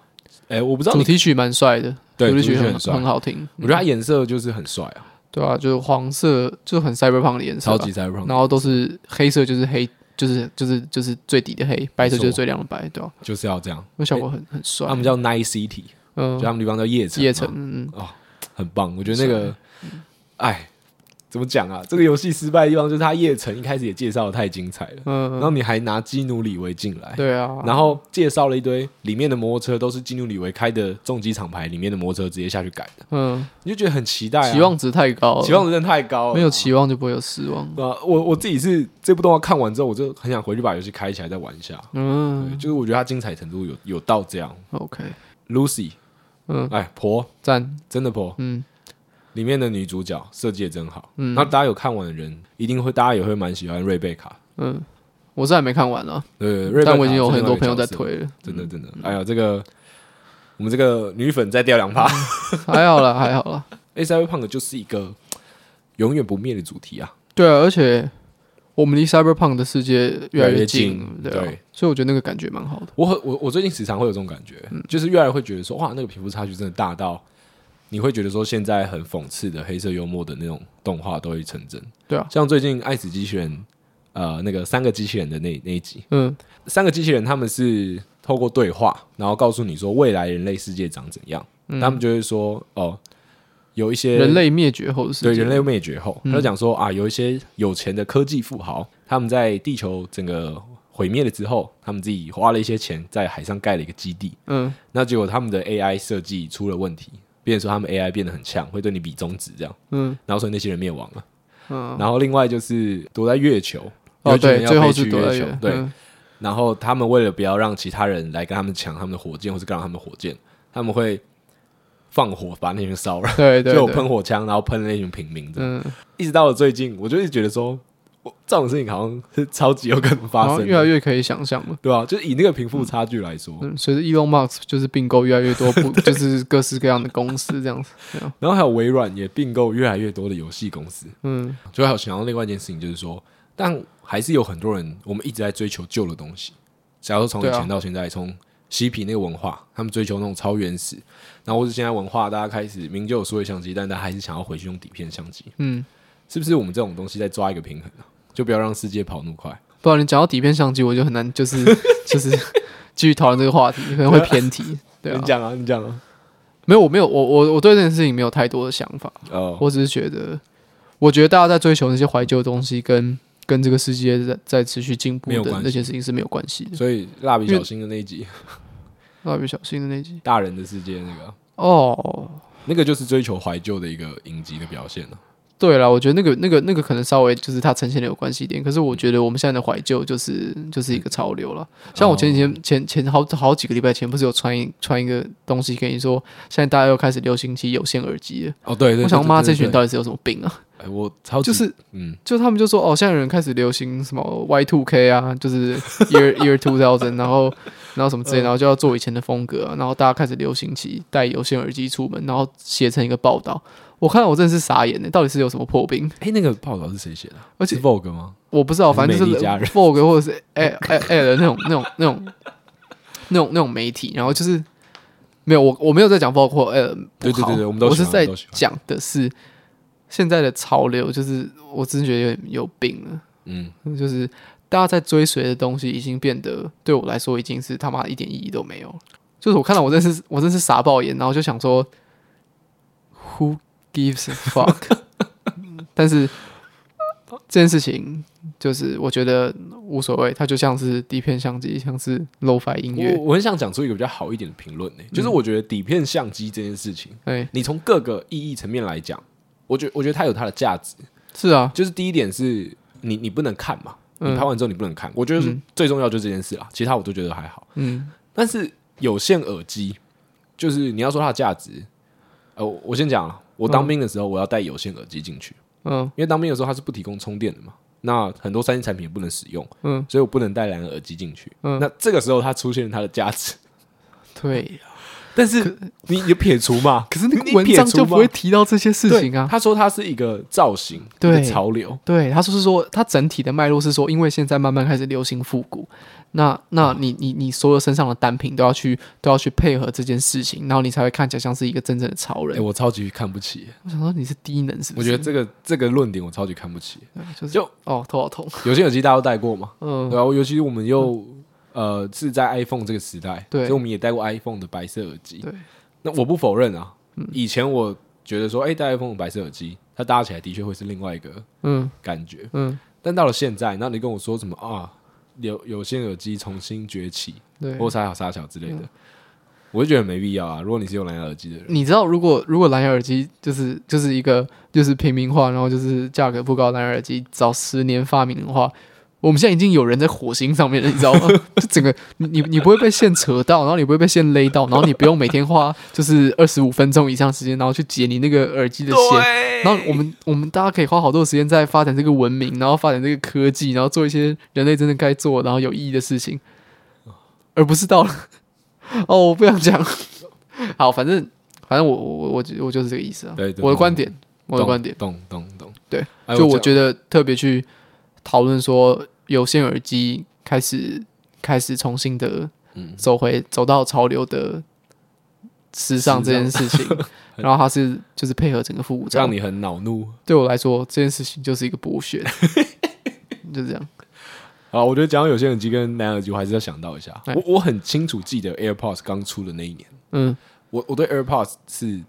A: 哎，我不知道
B: 主
A: 你，
B: 题曲蛮帅的，
A: 对
B: 主
A: 主题曲
B: 很
A: 很帅
B: 很好听，
A: 我觉得他颜色就是很帅啊，
B: 对啊，就是黄色就很 cyberpunk 的颜色
A: 超
B: 吧，
A: 级 cyberpunk，
B: 然后都是黑色，就是黑，就是就是就是最底的黑，白色就是最亮的白，对吧、啊
A: 就是要这样。
B: 那效果很很帅
A: 他。们叫 Night City，就
B: 嗯，
A: 他们地方叫夜城嘛，
B: 夜城，嗯嗯，
A: 很棒。我觉得那个，哎，怎么讲啊？这个游戏失败的地方就是它夜城一开始也介绍的太精彩了，然
B: 嗯，
A: 后你还拿基努里维进来，
B: 对啊，
A: 然后介绍了一堆里面的摩托车都是基努里维开的重机厂牌里面的摩托车直接下去改的，
B: 嗯，
A: 你就觉得很期待、啊，
B: 期望值太高了，
A: 期望值真的太高了，
B: 没有期望就不会有失望。
A: 啊、我我自己是这部动画看完之后，我就很想回去把游戏开起来再玩一下。对，
B: 嗯
A: 就是我觉得它精彩程度有有到这样。
B: ，OK，
A: Lucy，
B: 嗯，
A: 哎，婆，
B: 赞，
A: 真的婆，
B: 嗯，
A: 里面的女主角设计的真好。
B: 嗯
A: 然后大家有看完的人，一定会，大家也会蛮喜欢瑞贝卡。
B: 嗯，我是还没看完啊，
A: 对对，对瑞贝卡
B: 但我已经有很多
A: 是另
B: 朋
A: 外
B: 友
A: 一个角
B: 在
A: 色，
B: 推嗯了，
A: 真的真的。哎呀，这个我们这个女粉再掉两
B: [LAUGHS]
A: 趴。
B: 还好啦，还好啦。
A: S I V Punk 就是一个永远不灭的主题啊。
B: 对啊，而且我们离 Cyberpunk 的世界越来
A: 越来越，
B: 越近
A: 近
B: 对啊
A: 对，
B: 所以我觉得那个感觉蛮好的。
A: 我很我我最近时常会有这种感觉，
B: 嗯
A: 就是越来越会觉得说，哇，那个贫富差距真的大到，你会觉得说现在很讽刺的黑色幽默的那种动画都会成真。
B: 对啊，
A: 像最近《爱死机器人》呃，那个三个机器人的那那一集，
B: 嗯
A: 三个机器人他们是透过对话，然后告诉你说未来人类世界长怎样，他们就会说哦，有一些
B: 嗯人类灭绝后的世界，嗯
A: 对人类灭绝后，他就讲说啊，有一些有钱的科技富豪，他们在地球整个毁灭了之后，他们自己花了一些钱在海上盖了一个基地，
B: 嗯
A: 那结果他们的 AI 设计出了问题，变成说他们 AI 变得很强，会对你比中指这样，
B: 嗯
A: 然后所以那些人灭亡了。
B: 嗯，
A: 然后另外就是躲在月球，有
B: 哦
A: 一群人
B: 对，
A: 要
B: 最
A: 飞
B: 后
A: 去
B: 是躲在
A: 月球
B: 远，
A: 对，
B: 嗯
A: 然后他们为了不要让其他人来跟他们抢他们的火箭，或是干扰他们的火箭，他们会放火把那群人烧了，
B: 对
A: 就
B: 对，
A: 有
B: 对
A: 喷火枪，然后喷了那群平民这样。
B: 嗯，
A: 一直到了最近，我就一直觉得说，我这种事情好像是超级有可能发
B: 然后
A: 生的，
B: 越来越可以想象了。
A: 对吧、就是以那个贫富差距来说，
B: 嗯，随着 Elon Musk 就是并购越来越多
A: [LAUGHS]
B: 不就是各式各样的公司这样子，对啊
A: 然后还有微软也并购越来越多的游戏公司，
B: 嗯
A: 就还有想到另外一件事情，就是说，但还是有很多人，我们一直在追求旧的东西。假如说从以
B: 对
A: 前
B: 啊
A: 到现在，从嬉皮那个文化，他们追求那种超原始，然后或是现在文化，大家开始明明就有数位相机，但大家还是想要回去用底片相机，
B: 嗯，
A: 是不是？我们这种东西在抓一个平衡啊，就不要让世界跑那么快。
B: 不然你讲到底片相机，我就很难就是
A: [LAUGHS]
B: 就是继续讨论这个话题，可能会偏题。对啊
A: 你，讲啊，你讲啊，
B: 没有，我没有，我我我对这件事情没有太多的想法，
A: 哦，
B: 我只是觉得，我觉得大家在追求那些怀旧的东西跟，跟这个世界在在持续进步
A: 没有
B: 的
A: 关系
B: 那些事情是没有关系 [LAUGHS] 的。
A: 所以蜡笔小新的那一集
B: 蜡笔小新的那集
A: 《大人的世界》那个，
B: 哦，
A: 那个就是追求怀旧的一个影集的表现啊了、
B: 对了，我觉得那个那个那个可能稍微就是它呈现的有关系一点，可是我觉得我们现在的怀旧就是就是一个潮流了。像我前
A: 哦
B: 几天、前前好好几个礼拜前，不是有传一传一个东西跟你说，现在大家又开始流行起有线耳机了。
A: 哦，对对
B: 我想妈，这群人
A: 到，
B: 到底是有什么病啊？
A: 哎，我超级
B: 就是
A: 嗯，
B: 就他们就说哦，现在有人开始流行什么 Y two K 啊，就是 Year Year Two Thousand，然后然后什么之类，然后就要做以前的风格啊、然后大家开始流行起戴有线耳机出门，然后写成一个报道。我看到我真的是傻眼呢，欸到底是有什么破冰？
A: 哎、那个报道是谁写的啊？
B: 而且
A: 是 Vogue 吗？
B: 我不知道，反正就
A: 美
B: 是
A: 丽佳人
B: Vogue 或者是 L L L 的那种那种那种那种那种媒体，然后就是没有我我没有在讲 Vogue 或 L 不
A: 对对
B: 好，
A: 对对我们都喜欢
B: 是
A: 我
B: 在
A: 们都喜欢
B: 讲的是现在的潮流，就是我真的觉得有点有病了，
A: 嗯，
B: 就是大家在追随的东西已经变得对我来说已经是他妈一点意义都没有了，就是我看到我真是我真是傻爆眼，然后就想说 Who gives a fuck？但是这件事情就是我觉得无所谓，它就像是底片相机，像是 lo-fi 音
A: 我
B: 乐，
A: 我很想讲出一个比较好一点的评论
B: 嗯
A: 呢，就是我觉得底片相机这件事情，
B: 哎，
A: 你从各个意义层面来讲，我觉我觉得它有它的价值。
B: 是啊，
A: 就是第一点是你你不能看嘛，
B: 嗯
A: 你拍完之后你不能看，我觉得是最重要就是这件事啦，其他我都觉得还好。
B: 嗯，
A: 但是有线耳机，就是你要说它的价值，呃，我我先讲啊，我当兵的时候我要带有线耳机进去，
B: 嗯，
A: 因为当兵的时候它是不提供充电的嘛，那很多三 C 产品也不能使用，
B: 嗯，
A: 所以我不能带蓝牙耳机进去，
B: 嗯
A: 那这个时候它出现了它的价值，
B: 对。
A: 但是你你撇除嘛，
B: 可是那
A: 哎
B: 个
A: 你
B: 文
A: 撇
B: 章
A: 除
B: 就不会
A: 嘛
B: 提到这些事
A: 对
B: 情啊。
A: 他说它是一个造型，
B: 对
A: 一个潮流，
B: 对，他就是说，他整体的脉络是说，因为现在慢慢开始流行复古，那那你
A: 啊
B: 你你所有身上的单品都要去都要去配合这件事情，然后你才会看起来像是一个真正的潮
A: 哎、
B: 人。
A: 我超级看不起，
B: 我想说你是低能是不
A: 我
B: 是？
A: 觉得这个这个论点我超级看不起，
B: 得就是
A: 就
B: 哦头
A: [LAUGHS]
B: 好痛，
A: 有线耳机大家都戴过嘛，
B: 嗯，
A: 然后啊尤其是我们又呃是在 iPhone 这个时代，
B: 对
A: 所以我们也戴过 iPhone 的白色耳机。
B: 对，
A: 那我不否认啊，以前我觉得说，哎、戴 iPhone 白色耳机，它搭起来的确会是另外一个
B: 嗯
A: 感觉。
B: 嗯，
A: 但到了现在，那你跟我说什么啊？有有线耳机重新崛起，
B: 对。
A: 或啥好啥小之类的，我就觉得没必要啊。如果你是用蓝牙耳机的人，
B: 你知道，如果如果蓝牙耳机就是就是一个就是平民化，然后就是价格不高的蓝牙耳机，早十年发明的话，我们现在已经有人在火星上面了，你知道 [LAUGHS] 吗？就整个你你你不会被线扯到，然后你不会被线勒到，然后你不用每天花就是二十五分钟以上时间，然后去解你那个耳机的线，
A: 对
B: 然后我们我们大家可以花好多时间在发展这个文明，然后发展这个科技，然后做一些人类真的该做然后有意义的事情，而不是到了 [LAUGHS] 哦，我不想讲。好，反正反正我我我我就是这个意思啊。
A: 对对
B: 我的观点，我的
A: 懂
B: 观点，
A: 懂懂懂，
B: 对
A: 哎，
B: 就我
A: 我
B: 觉得特别去讨论说有线耳机开始开始重新的
A: 嗯
B: 走回、走到潮流的时尚这件事
A: [LAUGHS]
B: 情，然后它是就是配合整个复古
A: 这
B: 潮
A: 样让你很恼怒
B: 对我来说，这件事情就是一个
A: [LAUGHS]
B: 剥削，就这样。
A: 啊。我觉得讲到有线耳机跟蓝牙耳机，我还是要想到一下。
B: 哎
A: 我我很清楚记得 AirPods 刚出的那一年，
B: 嗯，
A: 我我对 AirPods 是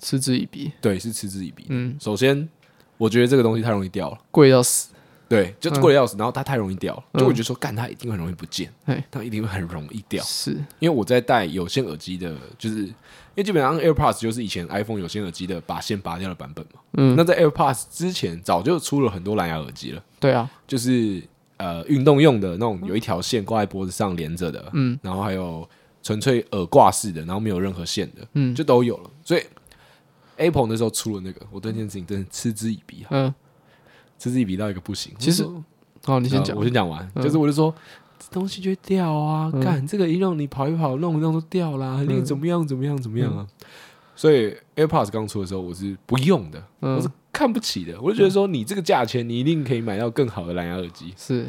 B: 嗤之以鼻。
A: 对是嗤之以鼻。
B: 嗯，
A: 首先，我觉得这个东西太容易掉了，
B: 贵到死。
A: 对，就贵的要死，然后它太容易掉了，就
B: 嗯
A: 我觉得说干它一定很容易不见
B: 哎，
A: 它一定会很容易掉。
B: 是，
A: 因为我在戴有线耳机的，就是因为基本上 AirPods 就是以前 iPhone 有线耳机的把线拔掉的版本嘛。
B: 嗯
A: 那在 AirPods 之前，早就出了很多蓝牙耳机了，
B: 对啊，
A: 就是呃运动用的那种，有一条线挂在脖子上连着的，
B: 嗯，
A: 然后还有纯粹耳挂式的，然后没有任何线的，
B: 嗯
A: 就都有了。所以 Apple 那时候出了那个，我对这件事情真的嗤之以鼻啊，
B: 嗯，
A: 嗤之以鼻到一个不行。
B: 其实
A: 我说
B: 好，你先讲
A: 呃我。先讲完，
B: 嗯
A: 就是我就说。这东西就会掉啊！
B: 嗯
A: 干、这个一让你跑一跑，弄一弄都掉啦，那个
B: 嗯
A: 怎么样怎么样怎么样啊！所以 AirPods 刚出的时候，我是不用的，我
B: 嗯
A: 是，看不起的。我就觉得说，你这个价钱，你一定可以买到更好的蓝牙耳机。
B: 是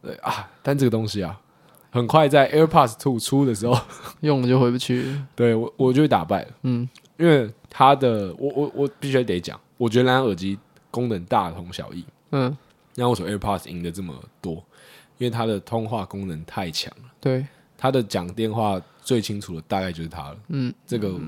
A: 对啊，但这个东西啊，很快在 AirPods Two 出的时候， [LAUGHS]
B: 用了就回不去了。
A: 对我我就被打败了，
B: 嗯
A: 因为它的我我我必须得讲，我觉得蓝牙耳机功能大同小异，
B: 嗯，
A: 那为什么 AirPods 赢的这么多？因为它的通话功能太强了，
B: 对，
A: 它的讲电话最清楚的大概就是它了，
B: 嗯啊
A: 这个、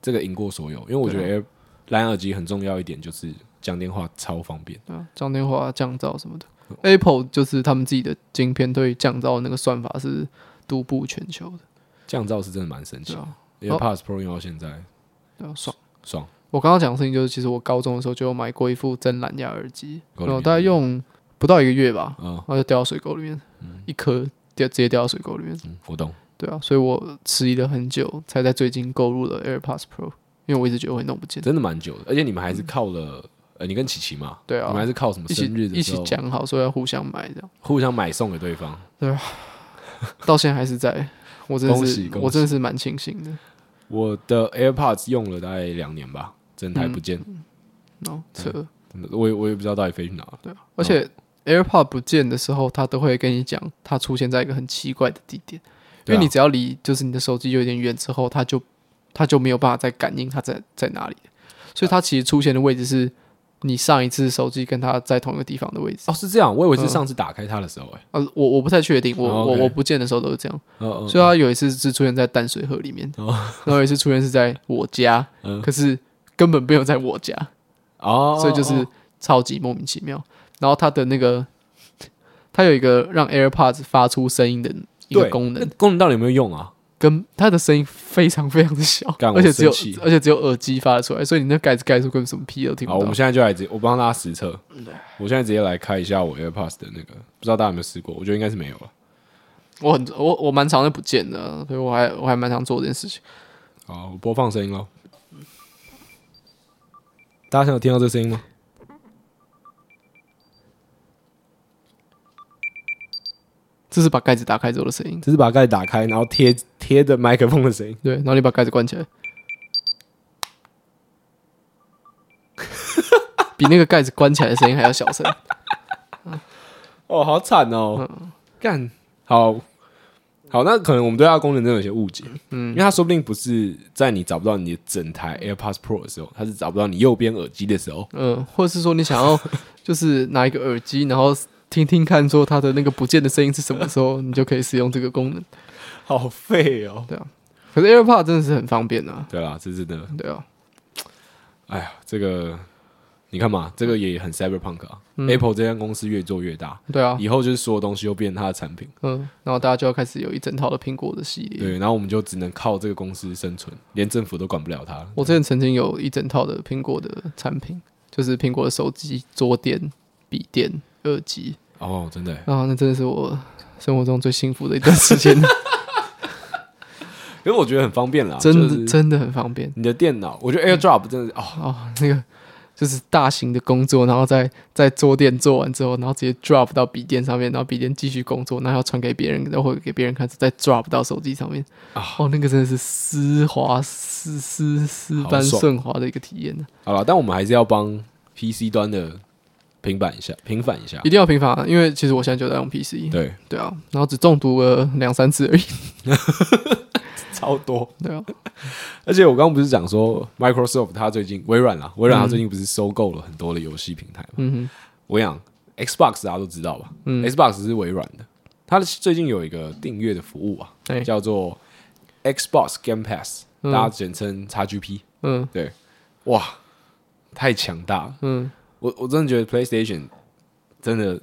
A: 这个赢过所有。因为我觉得 Air, 蓝牙耳机很重要一点就是讲电话超方便，
B: 对啊，降电话、降噪什么的。Apple 就是他们自己的晶片对于降噪的那个算法是独步全球的，
A: 降噪是真的蛮神奇
B: 对
A: 的。
B: 啊，
A: AirPods Pro 用到现在
B: 对啊，爽。
A: 爽，
B: 我刚刚讲的事情就是，其实我高中的时候就有买过一副真蓝牙耳机，
A: 够
B: 然
A: 了
B: 后大概用不到一个月吧，
A: 嗯
B: 然后就掉到水沟里面，一颗掉直接掉到水沟里面。
A: 嗯，我懂。
B: 对啊，所以我迟疑了很久，才在最近购入了 AirPods Pro，因为我一直觉得我会弄不见。
A: 真的蛮久的，而且你们还是靠了，呃，你跟琪琪嘛，
B: 对啊
A: 你们还是靠什么
B: 一起
A: 生日的
B: 一
A: 时
B: 起
A: 候
B: 讲好说要互相买，这样
A: 互相买送给对方，
B: 到现在还是在，我真
A: 恭
B: 的
A: 喜
B: 是
A: 恭喜
B: 我真的是蛮庆幸的。
A: 我的 AirPods 用了大概两年吧，真的还不见，
B: 哦，扯，
A: 真的我也我也不知道到底飞去哪了。
B: 对啊，而且 AirPod 不见的时候，它都会跟你讲，它出现在一个很奇怪的地点，因
A: 对啊
B: 为你只要离就是你的手机有点远之后，它就它就没有办法再感应它在在哪里，所以它其实出现的位置是你上一次手机跟它在同一个地方的位置。
A: 哦，是这样，我以
B: 嗯
A: 为是上次打开它的时候、欸，哎、
B: 呃，我我不太确定，我、
A: 哦
B: 我
A: OK
B: 我不见的时候都是这样，
A: 哦
B: 所以他有一次是出现在淡水河里面，
A: 哦
B: [LAUGHS] 然后有一次出现是在我家，
A: 嗯
B: 可是根本没有在我家，
A: 哦，
B: 所以就是超级莫名其妙。然后它的那个，它有一个让 AirPods 发出声音的一个
A: 对
B: 功
A: 那
B: 能，
A: 功能到底有没有用啊？
B: 跟它的声音非常非常的小，
A: 干
B: 而且只有
A: 我生气
B: 而且只有耳机发得出来，所以你那盖子盖住根本什么屁都听
A: 好，
B: 不
A: 我
B: 到嗯
A: 们。现在就来直接，我帮大家实测，我现在直接来开一下我 AirPods 的那个，不知道大家有没有试过？我觉得应该是没有了。
B: 我很我我蛮常的不见的，所以我还我还蛮常做这件事情。
A: 好，我播放声音喽。大家现在有听到这声音吗？
B: 这是把盖子打开之后的声音，
A: 这是把盖子打开，然后贴贴着麦克风的声音。
B: 对，然后你把盖子关起来， [LAUGHS] 比那个盖子关起来的声音还要小声。
A: 哦，好惨哦！干、好好，那可能我们对它的功能真的有些误解，嗯，因为它说不定不是在你找不到你的整台 AirPods Pro 的时候，它是找不到你右边耳机的时候，
B: 嗯，或者是说你想要就是拿一个耳机，然后听听看说它的那个不见的声音是什么时候，你就可以使用这个功能。
A: 好废哦。
B: 可是 AirPod 真的是很方便啊，
A: 对啦，这真的
B: 对啊，
A: 哎呀，这个你看嘛，这个也很 cyberpunk 啊。Apple 这家公司越做越大，
B: 对啊，
A: 以后就是所有东西都变成它的产品。
B: 嗯，然后大家就要开始有一整套的苹果的系列。
A: 对，然后我们就只能靠这个公司生存，连政府都管不了它了。
B: 我之前曾经有一整套的苹果的产品，就是苹果的手机、桌垫、笔电、耳机，
A: 哦，真的耶。
B: 啊，那真的是我生活中最幸福的一段时
A: [LAUGHS]
B: 间，
A: 因为我觉得很方便啦，
B: 真的、
A: 就是
B: 真的很方便
A: 你的电脑，我觉得 AirDrop 真的是哦，
B: 哦。那个就是大型的工作，然后在在桌垫做完之后，然后直接 drop 到笔电上面，然后笔电继续工作，然后要传给别人，然后给别人看，再 drop 到手机上面。
A: 啊
B: 哦，那个真的是丝滑丝丝丝
A: 好
B: 般
A: 爽
B: 顺滑的一个体验呢、啊
A: 好了，但我们还是要帮 PC 端的平板一下，平反一下
B: 一。定要频繁、啊，因为其实我现在就在用 PC，
A: 对，
B: 对啊，然后只中毒了两三次而已，
A: 超多。
B: 对啊，
A: 而且我刚刚不是讲说 Microsoft 它最近微软啦，微软它最近不是收购了很多的游戏平台嘛？
B: 嗯
A: 我跟你讲 Xbox 大家都知道吧？Xbox 是微软的，它的最近有一个订阅的服务啊，
B: 对
A: 叫做 Xbox Game Pass，、
B: 嗯
A: 大家简称 XGP。
B: 哼，嗯
A: 对，哇，太强大了！
B: 嗯，
A: 我我真的觉得 PlayStation 真的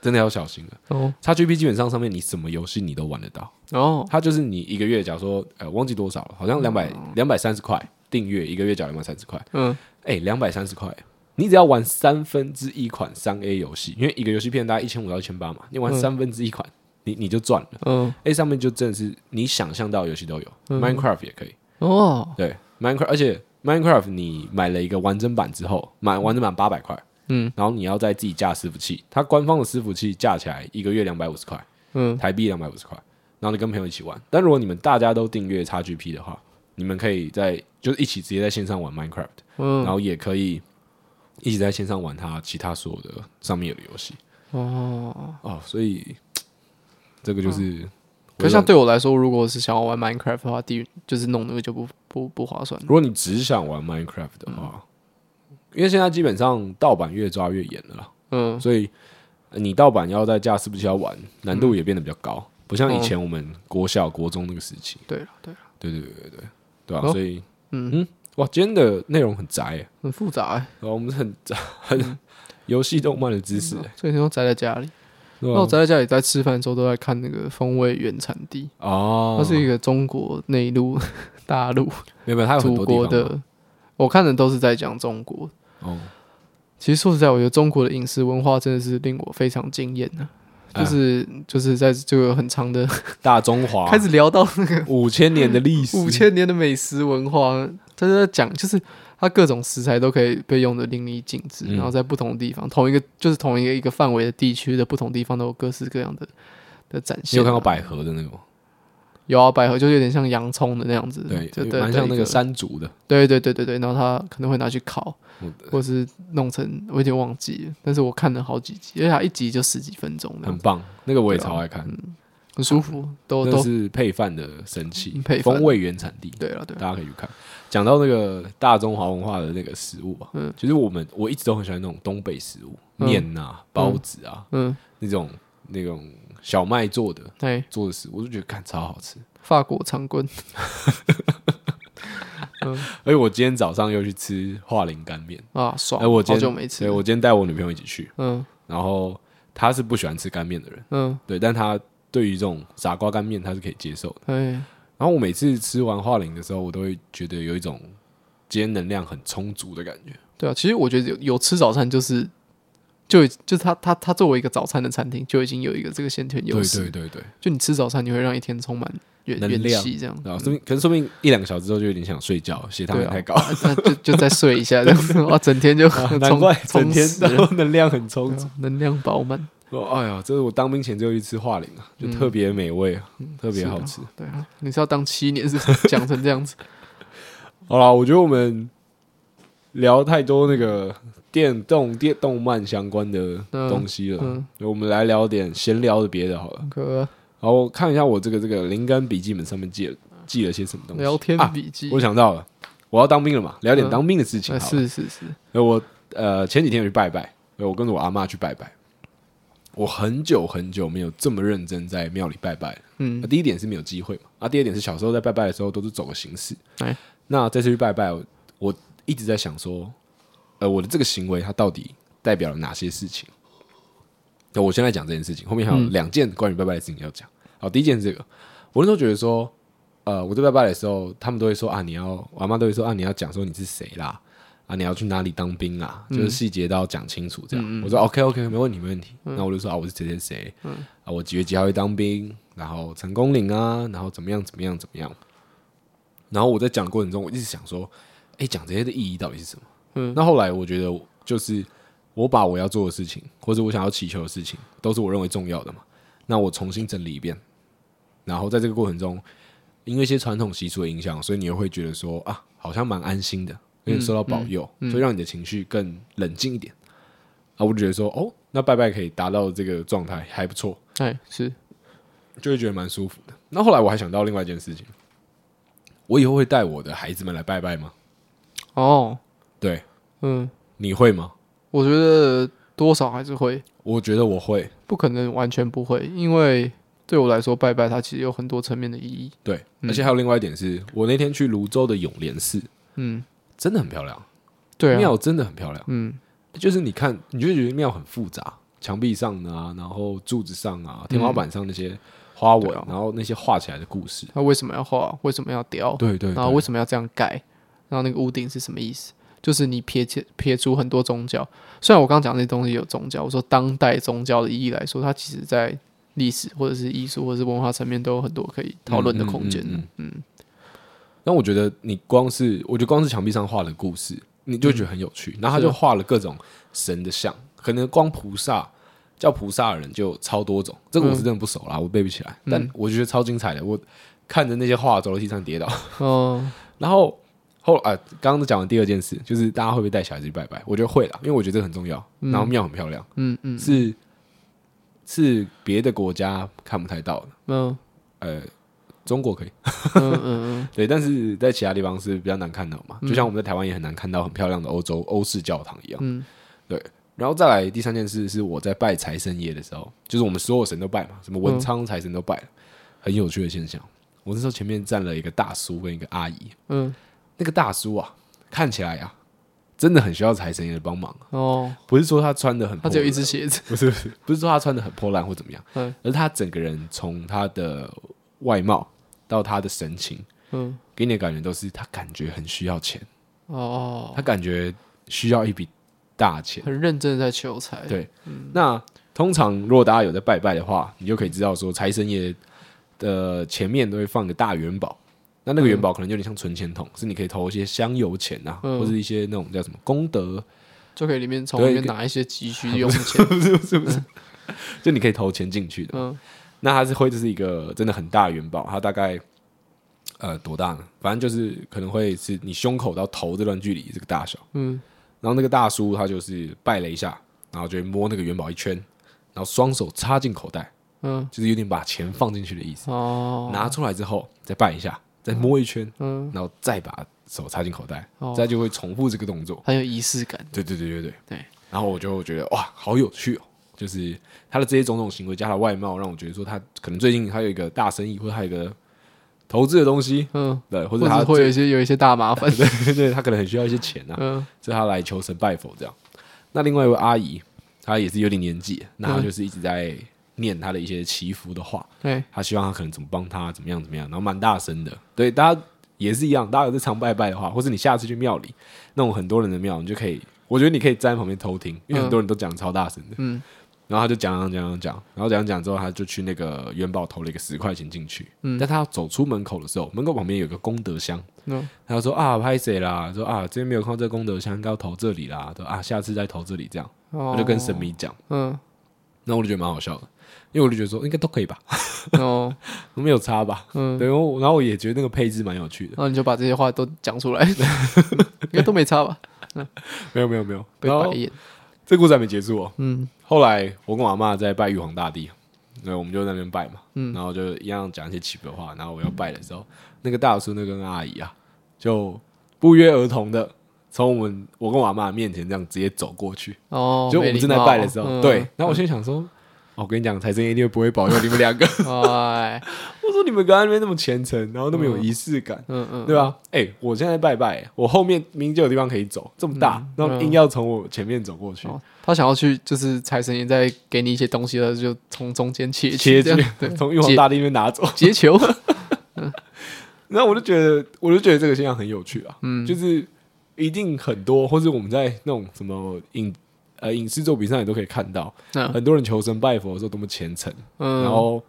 A: 真的要小心了。
B: 哦
A: XGP 基本上上面你什么游戏你都玩得到，
B: 哦，
A: 它就是你一个月，假如说呃忘记多少了，好像两百两百三十块订阅，一个月缴两百三十块，
B: 嗯
A: 哎，两百三十块，你只要玩三分之一款三 A 游戏，因为一个游戏片大概一千五到一千八嘛，你玩三分之一款，你你就赚了。
B: 嗯
A: 哎，上面就真的是你想象到的游戏都有、m i n e c r a f t 也可以，
B: 哦，
A: 对，Minecraft，而且 Minecraft 你买了一个完整版之后，买完整版八百块，
B: 嗯，
A: 然后你要再自己架伺服器，它官方的伺服器架起来一个月两百五十块，
B: 嗯
A: 台币两百五十块，然后你跟朋友一起玩。但如果你们大家都订阅 XGP 的话，你们可以在就是一起直接在线上玩 Minecraft，、然
B: 嗯
A: 后也可以一起在线上玩它其他所有的上面有的游戏
B: 哦，
A: 哦，所以这个就是、
B: 嗯可是像对我来说，如果是想要玩 Minecraft 的话，第一就是弄那个就不不不划算了。
A: 如果你只想玩 Minecraft 的
B: 嗯
A: 话，因为现在基本上盗版越抓越严了啦，
B: 嗯
A: 所以呃你盗版要在家是不是要玩，难度也变得比较高，
B: 嗯
A: 不像以前我们国小、国中那个时期，
B: 对了对了，
A: 对对对对对，对吧、
B: 哦
A: 所以嗯
B: 嗯
A: 哇，今天的内容很宅耶，
B: 很复杂哎、
A: 然后我们是很
B: 嗯
A: 很游戏动漫的知识耶，
B: 所以天都宅在家里。
A: 对
B: 嗯
A: 啊
B: 那我
A: 吧？
B: 宅在家里，在吃饭的时候都在看那个《风味原产地》，
A: 哦，
B: 它是一个中国内陆 [LAUGHS] 大陆
A: 没有没有，它有很
B: 祖
A: 多地
B: 国
A: 方嘛
B: 的，我看的都是在讲中国。
A: 哦，
B: 其实说实在，我觉得中国的饮食文化真的是令我非常惊艳的，
A: 哎
B: 就是、就是在这个很长的、
A: 大中华
B: [LAUGHS] 开始聊到那个
A: 五千年的历史，
B: 五千年的美食文化，他在讲就是它各种食材都可以被用的淋漓尽致，
A: 嗯
B: 然后在不同的地方，同一个就是同一个一个范围的地区的不同地方都有各式各样的的展
A: 你
B: 现、啊
A: 有看过？百合的那个吗？
B: 有啊，百合就有点像洋葱的那样子，
A: 对
B: 嗯就，
A: 蛮像那
B: 一
A: 个山竹的。
B: 对对对对对，然后他可能会拿去烤
A: 我，
B: 或是弄成，我有点忘记了，但是我看了好几集，而且它一集就十几分钟这
A: 很
B: 样，
A: 棒，那个我也
B: 对啊
A: 超爱看，
B: 很舒服，都
A: 那
B: 都嗯
A: 是配饭的神器，
B: 配饭
A: 风味原产地，
B: 对了对了，
A: 大家可以去看。讲到那个大中华文化的那个食物吧，嗯，其实我们我一直都很喜欢那种东北食物，
B: 嗯
A: 面呐、包子啊，
B: 嗯，
A: 那种那种小麦做的
B: 哎，
A: 做的食物，我就觉得看超好吃。
B: 法国长棍，
A: 而且我今天早上又去吃化林干面，
B: 啊，爽！
A: 哎我今
B: 好
A: 天
B: 久没吃
A: 对
B: 了。
A: 我今天带我女朋友一起去，
B: 嗯
A: 然后她是不喜欢吃干面的人，
B: 嗯，
A: 对，但她对于这种傻瓜干面她是可以接受的。
B: 哎，
A: 然后我每次吃完化灵的时候，我都会觉得有一种今天能量很充足的感觉。
B: 对啊，其实我觉得有有吃早餐就是，就已就是他他他作为一个早餐的餐厅，就已经有一个这个先天优
A: 对
B: 势。
A: 对对对，
B: 就你吃早餐，你会让一天充满元
A: 能
B: 元
A: 量哦
B: 气，这样。
A: 然后说明可能说明一两个小时之后就有点想睡觉，血糖也
B: [LAUGHS]
A: 太高，啊
B: 啊那就就再睡一下，这样子
A: [LAUGHS]
B: 哇，整天就充
A: 难怪整
B: 充
A: 天
B: 实啊了
A: 都能量很充
B: 对
A: 足。
B: 啊能量饱满，
A: 哦，哎呀，这是我当兵前最后一次化灵啊，就特别美味啊，特别好吃
B: 嗯是。啊。对啊，你是要当七年是不是 [LAUGHS] 讲成这样子？
A: 好啦，我觉得我们聊太多那个电动电动漫相关的
B: 嗯
A: 东西了，
B: 嗯，
A: 我们来聊点闲聊的别的好了。
B: 可啊
A: 好，我看一下我这个这个灵感笔记本上面记了记了些什么东西。
B: 聊天
A: 啊，
B: 笔记
A: 我，想到了，我要当兵了嘛，聊点
B: 嗯
A: 当兵的事情
B: 哎
A: 好了。
B: 是是是，
A: 呃我呃前几天有去拜拜，呃我跟着我阿妈去拜拜。我很久很久没有这么认真在庙里拜拜了。
B: 嗯
A: 啊，第一点是没有机会嘛，啊，第二点是小时候在拜拜的时候都是走个形式。
B: 哎
A: 那这次去拜拜，我我一直在想说，呃，我的这个行为它到底代表了哪些事情？对，我先来讲这件事情，后面还
B: 嗯
A: 有两件关于拜拜的事情要讲。好，第一件是这个，我那时候觉得说，呃，我在拜拜的时候，他们都会说啊，你要，我阿妈都会说啊，你要讲说你是谁啦，啊，你要去哪里当兵啦，就是细节都要讲清楚。这样，我说 OK OK，没问题没问题。那我就说啊，我是谁谁谁，啊，我几月几号会当兵，然后成功领啊，然后怎么样怎么样怎么样。然后我在讲的过程中，我一直想说，哎，讲这些的意义到底是什么？
B: 嗯
A: 那后来我觉得就是我把我要做的事情，或者我想要祈求的事情，都是我认为重要的嘛。那我重新整理一遍，然后在这个过程中，因为一些传统习俗的影响，所以你又会觉得说啊，好像蛮安心的，因为受到保佑，所以让你的情绪更冷静一点。啊，我就觉得说，哦，那拜拜可以达到这个状态，还不错。
B: 哎，是，
A: 就会觉得蛮舒服的。那后来我还想到另外一件事情，我以后会带我的孩子们来拜拜吗？
B: 哦，
A: 对，
B: 嗯，
A: 你会吗？
B: 我觉得多少还是会，
A: 我觉得我会，
B: 不可能完全不会，因为对我来说，拜拜它其实有很多层面的意义。
A: 对，而且还有另外一点是，我那天去泸州的永联寺，
B: 嗯，
A: 真的很漂亮，
B: 对啊，
A: 庙真的很漂亮，
B: 嗯，
A: 就是你看，你就会觉得庙很复杂，墙壁上的啊，然后柱子上啊，天花板上那些花纹，
B: 对啊
A: 然后那些画起来的故事，
B: 它为什么要画？为什么要雕？
A: 对对
B: 然后为
A: 对，
B: 什么要这样盖？然后那个屋顶是什么意思？就是你撇切撇除很多宗教，虽然我刚刚讲那些东西有宗教，我说当代宗教的意义来说，它其实在历史或者是艺术或者是文化层面都有很多可以讨论的空间。
A: 嗯那我觉得你光是，我觉得光是墙壁上画的故事，你就觉
B: 嗯
A: 得很有趣。然后他就画了各种神的像，可能光菩萨叫菩萨的人就有超多种。这
B: 嗯
A: 个我是真的不熟啦，我背不起来，但我觉得超精彩的。我看着那些画走楼梯上跌倒，
B: 嗯
A: 然后后啊，刚刚讲的第二件事就是大家会不会带小孩子去拜拜？我觉得会啦，因为我觉得这个很重要。然后庙很漂亮，
B: 嗯嗯
A: 是是别的国家看不太到的，
B: 嗯
A: 呃，中国可以。
B: 嗯嗯
A: [LAUGHS] 对，但是在其他地方是比较难看到嘛，就像我们在台湾也很难看到很漂亮的欧洲欧式教堂一样。
B: 嗯，
A: 对。然后再来第三件事是我在拜财神爷的时候，就是我们所有神都拜嘛，什么文昌财神都拜了，
B: 嗯
A: 很有趣的现象。我那时候前面站了一个大叔跟一个阿姨，
B: 嗯
A: 那个大叔啊，看起来啊，真的很需要财神爷的帮忙，
B: 哦，
A: 不是说他穿的很，
B: 它只有一只，鞋子。
A: 不是不是不是说他穿的很破烂或怎么样，
B: 嗯
A: 而是他整个人从他的外貌到他的神情，
B: 嗯
A: 给你的感觉都是他感觉很需要钱，
B: 哦，
A: 他感觉需要一笔大钱。
B: 很认真的在求财。
A: 对那通常如果大家有在拜拜的话，你就可以知道说财神爷的前面都会放个大元宝。那那个元宝可能有点像存钱筒，是你可以投一些香油钱啊，
B: 嗯
A: 或者一些那种叫什么功德，
B: 就可以里面从
A: 对
B: 里面拿一些急需
A: [LAUGHS]
B: 用钱。
A: 就你可以投钱进去的。
B: 嗯
A: 那它是会这是一个真的很大的元宝，它大概呃多大呢？反正就是可能会是你胸口到头这段距离这个大小。
B: 嗯
A: 然后那个大叔他就是拜了一下，然后就会摸那个元宝一圈，然后双手插进口袋，
B: 嗯
A: 就是有点把钱放进去的意思。
B: 哦
A: 拿出来之后再拜一下，再摸一圈，
B: 嗯，
A: 然后再把手插进口袋，
B: 哦
A: 再就会重复这个动作。
B: 很有仪式感。
A: 对对对对对
B: 对。
A: 然后我就觉得哇，好有趣哦！就是他的这些种种行为加他的外貌，让我觉得说他可能最近他有一个大生意，或者他有一个投资的东西，
B: 嗯，
A: 对，或
B: 或
A: 者
B: 者
A: 他
B: 会有一些有一些大
A: [LAUGHS]
B: 麻烦。
A: 对对，他可能很需要一些钱啊。
B: 嗯
A: 所以他来求神拜佛这样。那另外一位阿姨，她也是有点年纪，那
B: 嗯
A: 她就是一直在念她的一些祈福的话，
B: 对，
A: 她希望她可能怎么帮她，怎么样怎么样，然后蛮大声的。对，大家也是一样，大家有在常拜拜的话，或者你下次去庙里那种很多人的庙，你就可以，我觉得你可以站在旁边偷听，因为很多人都讲超大声的。
B: 嗯
A: 然后他就讲讲讲讲讲，然后讲讲之后，他就去那个元宝投了一个十块钱进去。嗯，但他走出门口的时候，门口旁边有个功德箱，
B: 嗯
A: 他就说啊，拍谁啦？说啊，这边没有看到这功德箱，应该要投这里啦。说啊，下次再投这里这样。
B: 哦
A: 我就跟神明讲，
B: 嗯
A: 那我就觉得蛮好笑的，因为我就觉得说应该都可以吧，
B: 哦
A: 没有差吧。
B: 嗯，
A: 对，我然后我也觉得那个配置蛮有趣的
B: 然。后你就把这些话都讲出来，
A: [LAUGHS]
B: 应该都没差吧？
A: 没有没有没有，
B: 被
A: 然后
B: 白眼。
A: 这故事还没结束哦。
B: 嗯
A: 后来我跟我阿妈在拜玉皇大帝，对，我们就在那边拜嘛，
B: 嗯
A: 然后就一样讲一些祈福的话。然后我要拜的时候，那个大叔那个跟阿姨啊，就不约而同的从我们我跟我阿妈面前这样直接走过去，
B: 哦，
A: 就我
B: 没
A: 们
B: 礼
A: 正在
B: 貌
A: 拜的时候，
B: 嗯
A: 对。然后我心里想说，哦我跟你讲，财政一定不会保佑你们两
B: [LAUGHS]
A: 个。
B: 哎，
A: 我说你们刚刚那边那么虔诚，然后那么有仪式感，
B: 嗯嗯，
A: 对吧？哎、我现在拜拜，我后面明明就有地方可以走，这么大，然后硬要从我前面走过去，
B: 嗯哦，他想要去，就是财神爷在给你一些东西了，就从中间切
A: 切
B: 这
A: 去
B: 样， [LAUGHS] 对，
A: 从玉皇大帝那边拿走。 [LAUGHS]
B: 截球，
A: 然后我就觉得，我就觉得这个现象很有趣啊，
B: 嗯
A: 就是一定很多，或者我们在那种什么影呃影视作品上也都可以看到，
B: 嗯
A: 很多人求神拜佛的时候多么虔诚，啊
B: 嗯，
A: 然后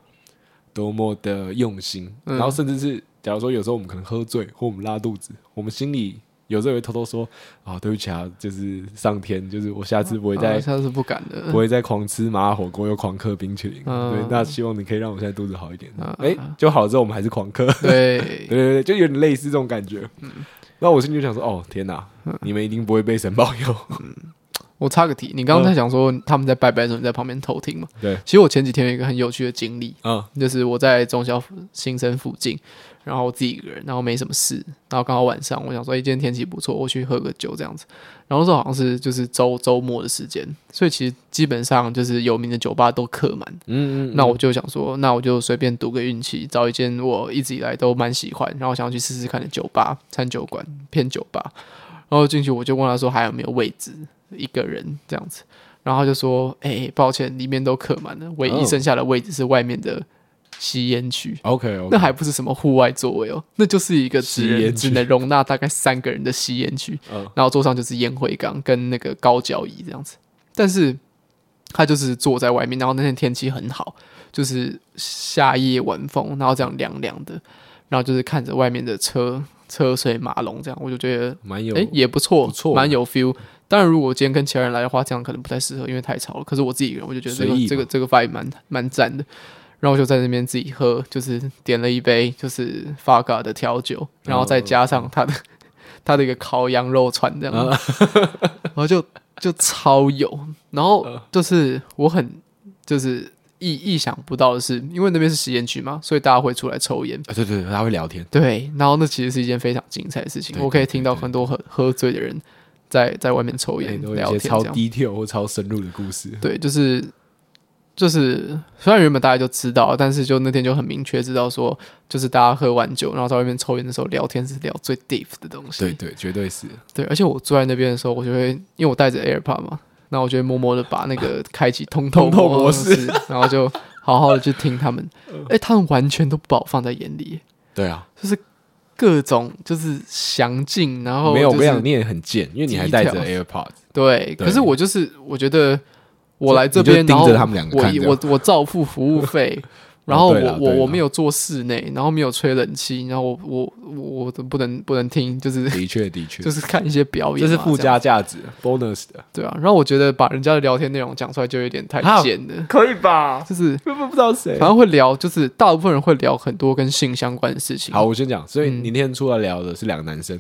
A: 多么的用心，
B: 嗯
A: 然后甚至是假如说有时候我们可能喝醉或我们拉肚子，我们心里有时候也会偷偷说啊，对不起啊，就是上天，就是我下次不会再、
B: 啊他是不敢的，
A: 不会再狂吃麻辣火锅又狂嗑冰淇淋，
B: 嗯
A: 对，那希望你可以让我现在肚子好一点
B: 嗯，
A: 哎、就好了之后我们还是狂嗑，对
B: [LAUGHS] 对，嗯
A: 对对，就有点类似这种感觉。那我心里就想说，哦天哪，你们一定不会被神保佑。
B: 我插个题，你
A: 嗯
B: 刚刚在讲说他们在拜拜的时候你在旁边偷听嘛？
A: [LAUGHS] 对，
B: 其实我前几天有一个很有趣的经历，
A: 嗯
B: 就是我在中校新生附近，然后我自己一个人，然后没什么事，然后刚好晚上我想说，哎、今天天气不错，我去喝个酒这样子。然后那时候好像是就是周周末的时间，所以其实基本上就是有名的酒吧都客满。
A: 嗯嗯，
B: 那我就想说，那我就随便赌个运气，找一间我一直以来都蛮喜欢，然后想要去试试看的酒吧、餐酒馆、偏酒吧。然后进去我就问他说还有没有位置，一个人这样子。然后他就说：“哎、抱歉，里面都客满了，唯一
A: 哦
B: 剩下的位置是外面的吸烟区。
A: OK OK，
B: 那还不是什么户外座位哦，那就是一个只
A: 吸烟
B: 能
A: 区
B: 只能容纳大概三个人的吸烟区，
A: 嗯
B: 然后桌上就是烟灰缸跟那个高脚椅这样子。但是他就是坐在外面，然后那天天气很好，就是夏夜晚风，然后这样凉凉的，然后就是看着外面的车车水马龙这样，我就觉得
A: 蛮有
B: 哎、诶也不错，
A: 不错啊
B: 蛮有 feel。当然，如果今天跟其他人来的话，这样可能不太适合，因为太吵了。可是我自己一个人，我就觉得这
A: 随意吧
B: 个这个这个 vibe 蛮蛮赞的。然后我就在那边自己喝，就是点了一杯就是 Faga 的调酒，然后
A: 哦
B: 再加上他的、 [LAUGHS] 他的一个烤羊肉串这样，
A: 啊
B: [LAUGHS] 然后就就超有。然后
A: 啊
B: 就是我很就是意意想不到的是，因为那边是吸烟区嘛，所以大家会出来抽烟。
A: 啊对对，对他会聊天，
B: 对，然后那其实是一件非常精彩的事情，
A: 对
B: 我可
A: 对
B: 以
A: 对
B: 听到
A: 对
B: 很多喝喝醉的人在在外面抽
A: 哎
B: 烟、
A: 都有
B: 聊
A: 一些
B: 天
A: 超
B: 这样。
A: detail 或超深入的故事。
B: 对，就是就是，虽然原本大家就知道，但是就那天就很明确知道说，就是大家喝完酒，然后在外面抽烟的时候聊天是聊最 deep 的东西。
A: 对对，绝对是。
B: 对，而且我坐在那边的时候，我就会因为我带着 AirPod 嘛，那我就会默默的把那
A: [LAUGHS]
B: 个开启通透
A: 通透模嗯
B: 式，然后就好好的去听他们。哎、他们完全都不把我放在眼里耶。
A: 对啊，
B: 各种就是详尽，然后、
A: 没有，我
B: 就
A: 跟你
B: 是
A: 讲，你也很贱，因为你还带着 AirPod，
B: 对，
A: 对
B: 可是我就是我觉得我来
A: 就
B: 这
A: 你就
B: 边，然
A: 盯
B: 后
A: 着他们两个看这
B: 我
A: 样哦
B: 我我照付服
A: [LAUGHS]
B: 务费，然后
A: 对啦
B: 我我
A: 对啦
B: 我没有做室内，然后没有吹冷气，然后我我我我都不能不能听，就是
A: 的确的 [LAUGHS] 确，
B: 就是看一些表演
A: 这
B: 嘛，
A: 是附
B: 样
A: 加价值 bonus 的，
B: 对啊。然后我觉得把人家的聊天内容讲出来就有点太
A: 啊
B: 贱了，
A: 可以吧？
B: 就是
A: 根本不知道谁
B: 反。正会聊，就是大部分人会聊很多跟性相关的事情。
A: 好，，我先讲，所以你那天出来聊的是两个男生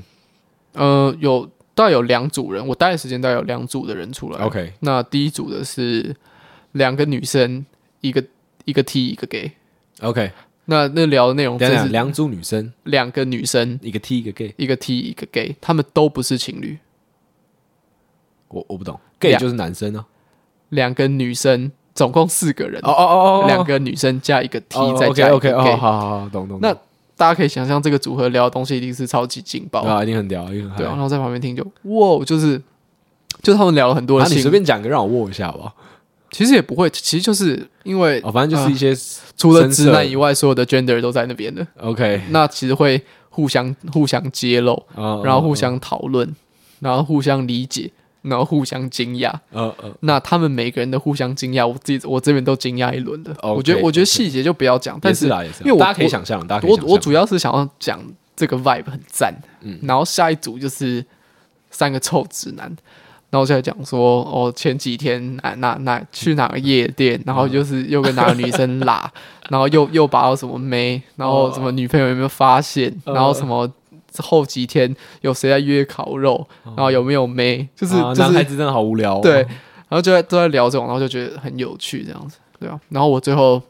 B: 呃，有大概有两组人，我待的时间大概有两组的人出来。
A: ，OK，
B: 那第一组的是两个女生，一个一个 T 一个 gay。
A: OK，
B: 那那聊的内容就
A: 两两
B: 是
A: 两组女生，
B: 两个女生，
A: 一个 T 一个 gay，
B: 一个 T 一个 gay，他们都不是情侣。
A: 我我不懂，gay
B: 两
A: 就是男生啊，
B: 两个女生，总共四个人，
A: 哦哦
B: 两个女生加一个 T，、
A: 哦
B: 再
A: OK
B: 加一个
A: OK，
B: gay。
A: 哦，好好好，懂懂。
B: 那
A: 懂
B: 大家可以想象这个组合聊的东西一定是超级劲爆，
A: 对啊，一定很屌，一定很
B: 对啊。然
A: 嗨。
B: 后在旁边听就哇，就是就他们聊了很多
A: 啊
B: 的，
A: 你
B: 性，
A: 随便讲一个让我握一下吧。
B: 其实也不会，其实就是因为、
A: 哦，反正就是一些
B: 除了
A: 深色
B: 直男以外，所有的 gender 都在那边的。
A: OK，哦
B: 那其实会互相互相揭露，
A: 然
B: 然后互相讨论，然后互相理解，然后互相惊讶。
A: 呃呃，
B: 那他们每个人的互相惊讶，我自己我这边都惊讶一轮的。
A: OK，
B: 我觉得我觉得细节就不要讲，但
A: 也
B: 是
A: 是啦也是啦，
B: 因为我
A: 大家可以想象，大家可以
B: 我
A: 想象嗯
B: 我主要是想要讲这个 vibe 很赞，然后下一组就是三个臭直男，然后就在讲说，哦，前几天哪哪哪去哪个夜
A: 嗯
B: 店，然后就是又跟哪个女生
A: [LAUGHS]
B: 拉，然后又又把到什么妹，然后什么女朋友有没有发现，
A: 呃
B: 然后什么后几天有谁在约烤肉，
A: 哦
B: 然后有没有妹，就是
A: 啊
B: 就
A: 男孩
B: 是
A: 子真的好无聊哦。
B: 对，然后就在都在聊这种，然后就觉得很有趣这样子，对啊。然后我最后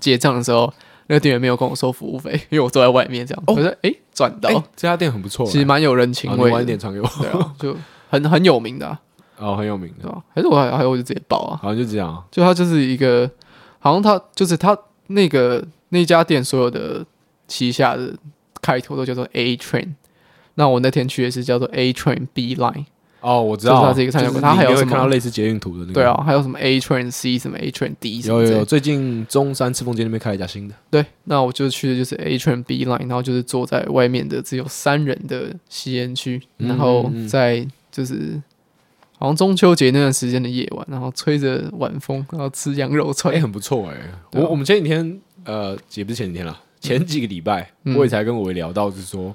B: 结账的时候，那个店员没有跟我收服务费，因为我坐在外面这样，
A: 哦
B: 我说诶赚到，
A: 哎，这家店很不错啦，
B: 其实蛮有人情
A: 好你
B: 味
A: [LAUGHS] 晚一哦
B: 的
A: 点传给我。
B: [LAUGHS] 对啊，就很很有名的啊、
A: 哦，很有名
B: 对
A: 的，
B: 吧、还是我还还有我就直接报啊，
A: 好像就这样啊。
B: 就它就是一个，好像它就是它那个那家店所有的旗下的开头都叫做 A Train。那我那天去也是叫做 A Train B Line，
A: 哦，我知道啊，
B: 就是它是一个菜鸟
A: 就是
B: 它
A: 你
B: 还有
A: 你会
B: 什么
A: 看到类似捷运图的那个？
B: 对，啊，还有什么 A Train C 什么 A Train D 什
A: 有
B: 么
A: 有
B: 之类
A: 有，
B: 的。
A: 最近中山赤峰街那边开了一家新的，
B: 对，那我就去的就是 A Train B Line，然后就是坐在外面的只有三人的吸烟区，
A: 嗯
B: 然后
A: 嗯嗯
B: 在就是好像中秋节那段时间的夜晚，然后吹着晚风，然后吃羊肉
A: [LAUGHS] 哎、
B: 串，
A: 很不错哎、
B: 对啊
A: 我我们前几天呃，也不是前几天啦，前几个礼拜、
B: 嗯
A: 我也才跟我也聊到，是说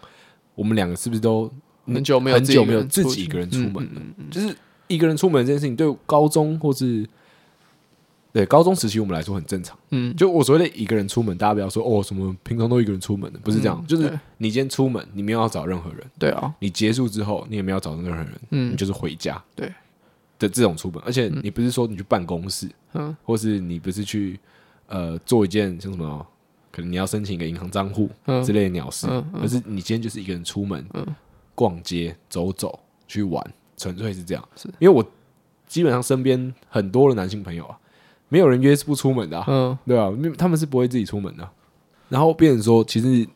A: 我们两个是不是都
B: 很久没有
A: 很久
B: 一个
A: 没有
B: 人
A: 自
B: 出
A: 己一
B: 去
A: 个人出
B: 嗯
A: 门
B: 嗯
A: 了，就是一个人出门这件事情，对高中或是对高中时期我们来说很正常。
B: 嗯，
A: 就我所谓的一个人出门，大家不要说哦什么平常都一个人出门的，不是这样，
B: 嗯
A: 就是
B: 对
A: 你今天出门，你没有要找任何人，
B: 对啊，
A: 你结束之后你也没有要找任何人，你
B: 嗯
A: 就是回家，
B: 对
A: 的这种出门，而且你不是说你去办公室，
B: 嗯，
A: 或是你不是去呃做一件像什么，可能你要申请一个银行账户
B: 嗯
A: 之类的鸟事，
B: 嗯嗯
A: 而是你今天就是一个人出门，
B: 嗯
A: 逛街、走走、去玩，纯粹是这样。
B: 是
A: 因为我基本上身边很多的男性朋友啊，没有人约是不出门的、啊，
B: 嗯
A: 对啊，因为他们是不会自己出门的啊、然后变成说，其实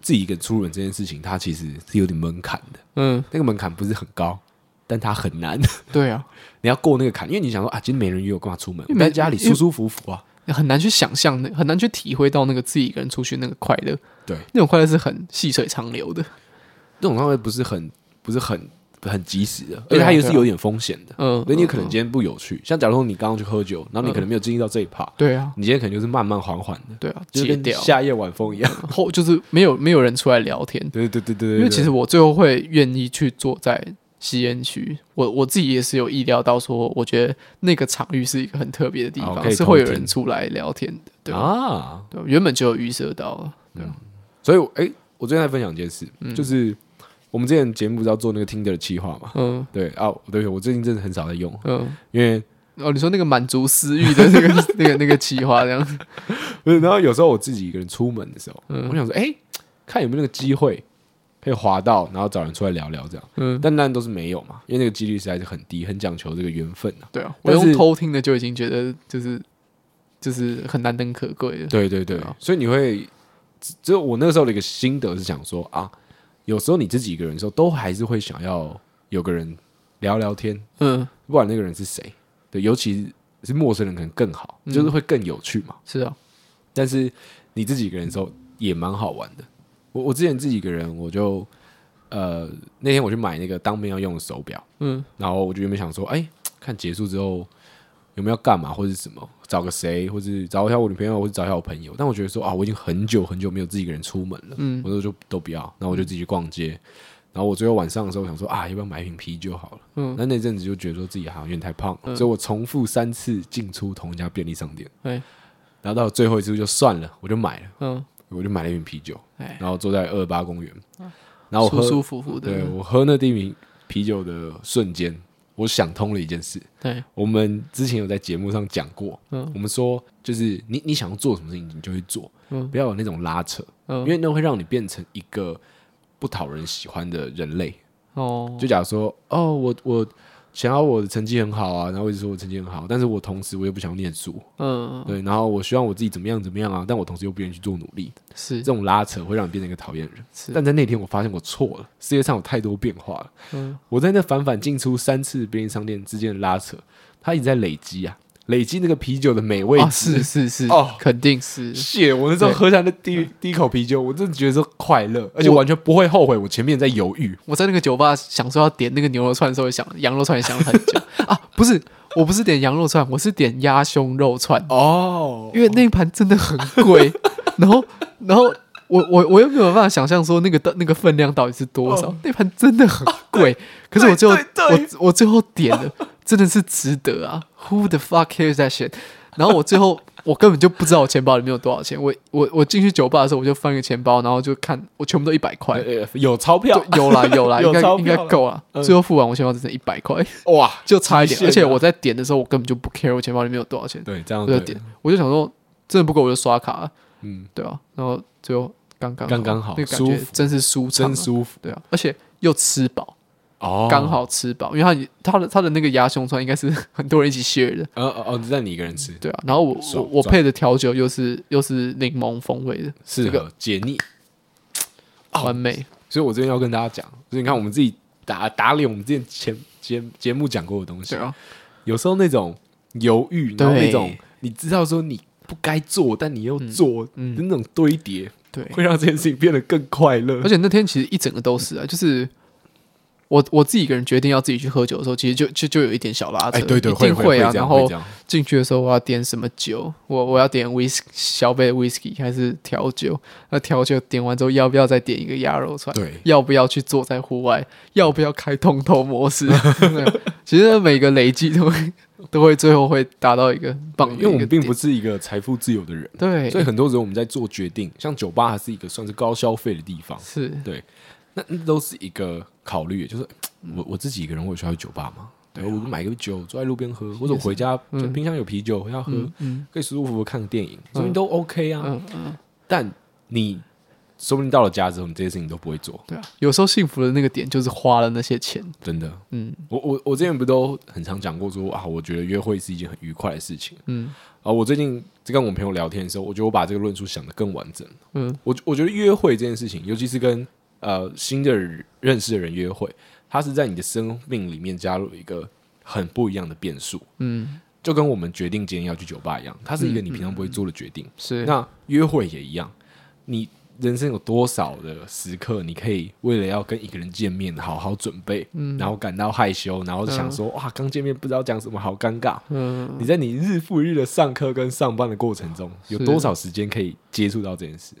A: 自己一个人出门这件事情，它其实是有点门槛的，
B: 嗯，
A: 那个门槛不是很高，但它很难。 [LAUGHS]
B: 对啊，
A: 你要过那个坎，因为你想说啊，今天没人约我，干嘛出门？
B: 因
A: 我
B: 为没
A: 在家里
B: 因为
A: 舒舒服服啊。
B: 很难去想象那，很难去体会到那个自己一个人出去那个快乐，
A: 对，
B: 那种快乐是很细水长流的。
A: 这种状态不是很不是很很及时的，而
B: 对啊
A: 且它也是
B: 对啊
A: 有点风险的。
B: 嗯，
A: 所以你
B: 嗯
A: 可能
B: 嗯
A: 今天不有趣，像假如说你刚刚去喝酒，然后你可能没有经历到这一趴，
B: 对啊，
A: 你今天可能就是慢慢缓缓的，
B: 对啊，
A: 就
B: 戒
A: 跟
B: 掉
A: 夏夜晚风一样。
B: 后就是没有没有人出来聊天，
A: [LAUGHS] 对对对对对对，
B: 因为其实我最后会愿意去坐在吸烟区，我我自己也是有意料到说，我觉得那个场域是一个很特别的地
A: 啊
B: 方，
A: 我可以
B: 是会有
A: 偷听
B: 人出来聊天的，对
A: 对
B: 吧、
A: 啊，
B: 对，原本就有预设到了，
A: 所以我哎，我最近在分享一件事，就是我们之前节目不是要做那个 Tinder 的企划嘛？
B: 嗯
A: 对啊，对不起，我最近真的很少在用，
B: 嗯，
A: 因为
B: 哦，你说那个满足私欲的那 [LAUGHS] 个那个那个企划
A: [LAUGHS]
B: 这样，
A: 不是，然后有时候我自己一个人出门的时候，我想说，哎、看有没有那个机会可以滑到，然后找人出来聊聊这样。
B: 嗯，
A: 但当然都是没有嘛，因为那个几率实在是很低，很讲求这个缘分啊。
B: 对啊，我
A: 但是
B: 用偷听的就已经觉得就是就是很难能可贵了，
A: 对对对，
B: 对啊
A: 所以你会，只就我那时候的一个心得是想说啊，有时候你自己一个人的时候，都还是会想要有个人聊聊天，
B: 嗯，
A: 不管那个人是谁，对，尤其是陌生人可能更好，就是会更有趣嘛。
B: 是啊，
A: 但是你自己一个人的时候也蛮好玩的。我我之前自己一个人，我就呃那天我去买那个当兵要用的手表，
B: 嗯
A: 然后我就原本想说，哎、看结束之后有没有要干嘛或者是什么，找个谁，或是找一下我女朋友，或者找一下我朋友。但我觉得说啊，我已经很久很久没有自己一个人出门了，
B: 嗯
A: 我说就都不要，然后我就自己去逛街。然后我最后晚上的时候想说啊，要不要买一瓶啤酒好了？
B: 嗯，
A: 那那阵子就觉得说自己好像有点太胖了，
B: 嗯
A: 所以我重复三次进出同一家便利商店。
B: 哎
A: 然后到最后一次就算了，我就买了，
B: 嗯，
A: 我就买了一瓶啤酒，
B: 哎，嗯
A: 然后坐在二八公园，然后我喝，
B: 舒舒服服的，
A: 对我喝那第一瓶啤酒的瞬间，我想通了一件事。
B: 对，
A: 我们之前有在节目上讲过，
B: 嗯
A: 我们说就是你你想要做什么事情，你就会做，
B: 嗯
A: 不要有那种拉扯，
B: 嗯
A: 因为那会让你变成一个不讨人喜欢的人类。
B: 哦，
A: 就假如说，哦，我我想要我的成绩很好啊，然后我一直说我成绩很好，但是我同时我又不想念书，
B: 嗯，
A: 对，然后我希望我自己怎么样怎么样啊，但我同时又不愿意去做努力，
B: 是
A: 这种拉扯会让你变成一个讨厌人。
B: 是，
A: 但在那天我发现我错了，世界上有太多变化了。
B: 嗯
A: 我在那反反进出三次便利商店之间的拉扯，它一直在累积啊，累积那个啤酒的美味
B: 啊，
A: 值。
B: 是是是，
A: 哦
B: 肯定
A: [LAUGHS]
B: 是，
A: 谢，我那时候喝下那第一第一口啤酒，我真的觉得说快乐，而且完全不会后悔我前面在犹豫。
B: 我在那个酒吧想说要点那个牛肉串的时候，想羊肉串也想了很
A: [LAUGHS]
B: 久啊，不是，我不是点羊肉串，我是点鸭胸肉串，
A: 哦，
B: 因为那一盘真的很
A: [LAUGHS]
B: 贵，然后然后我我我又没有办法想象说那个那个分量到底是多少，那盘真的很
A: [LAUGHS]
B: 贵，可是我最后
A: 哦对
B: 我我最后点了，真的是值得啊，Who the fuck cares that shit？然后我最后我根本就不知道我钱包里面有多少钱，我我我进去酒吧的时候我就翻个钱包，然后就看我全部都一百块。
A: 呃有钞票
B: 对有啦有啦，
A: 有
B: 应该
A: 钞
B: 应该
A: 票啦
B: 够啦。啊
A: 嗯
B: 最后付完，我钱包只剩一百
A: [LAUGHS]
B: 块，
A: [LAUGHS] 哇，
B: 就差一点。
A: 极限啊
B: 而且我在点的时候，我根本就不 care 我钱包里面有多少钱，
A: 对这样
B: 我就
A: 哦对
B: 点，我就想说真的不够我就刷卡了，
A: 嗯，
B: 对啊，然后最后刚刚
A: 刚刚好
B: 那个感觉
A: 舒服
B: 真是舒畅啊
A: 真，舒服
B: 对啊，而且又吃饱，
A: 哦，
B: 刚，好吃饱，因为他他的他的那个鸭胸串应该是很多人一起 share 的，
A: 呃哦哦，只让你一个人吃，
B: 对啊。然后我我
A: 爽
B: 我
A: 爽
B: 配的调酒又是又是柠檬风味的，
A: 适
B: 这
A: 合哦解腻。哦
B: 完美。
A: 所以我这边要跟大家讲，就是你看我们自己打打脸我们之前前节节目讲过的东西
B: 对，啊，
A: 有时候那种犹豫，然后
B: 对
A: 那种你知道说你不该做，但你又做的
B: 嗯
A: 那种堆叠，
B: 对。
A: 会让这件事情变得更快乐
B: 而。且那天其实一整个都是啊，就是我我自己一个人决定要自己去喝酒的时候，其实就就就有一点小拉扯，
A: 哎，对对，
B: 一定
A: 会
B: 啊。然后
A: 这样
B: 进去的时候我要点什么酒，我我要点 whisky 小杯的 whisky 还是调酒？那调酒点完之后，要不要再点一个鸭肉串？
A: 对
B: 要不要去坐在户外？要不要开通透模式？ [LAUGHS] 对其实每个累积都会都会最后会达到一个很棒的一
A: 因
B: 个
A: 为我们并不
B: 点
A: 是一个财富自由的人，
B: 对，
A: 所以很多时候我们在做决定，像酒吧还是一个算是高消费的地方，
B: 是
A: 那那都是一个考虑，就是我我自己一个人，我有需要去酒吧吗？对，
B: 啊
A: 我就买个酒，坐在路边喝，或者我回家就冰箱有啤酒，回家喝，
B: 嗯嗯
A: 可以舒舒服服看个电影，所以都 OK 啊。
B: 嗯嗯，
A: 但你说不定到了家之后，你这些事情都不会做，
B: 对啊，有时候幸福的那个点就是花了那些钱，
A: 真的。
B: 嗯
A: 我我我之前不都很常讲过说啊，我觉得约会是一件很愉快的事情
B: 嗯
A: 啊。我最近在跟我朋友聊天的时候，我觉得我把这个论述想得更完整。
B: 嗯
A: 我我觉得约会这件事情，尤其是跟呃新的人认识的人约会，它是在你的生命里面加入一个很不一样的变数，
B: 嗯，
A: 就跟我们决定今天要去酒吧一样，它是一个你平常不会做的决定。
B: 是
A: 那约会也一样，你人生有多少的时刻，你可以为了要跟一个人见面，好好准备，
B: 嗯
A: 然后感到害羞，然后想说、哇，刚见面不知道讲什么，好尴尬。
B: 嗯
A: 你在你日复一日的上课跟上班的过程中，有多少时间可以接触到这件事？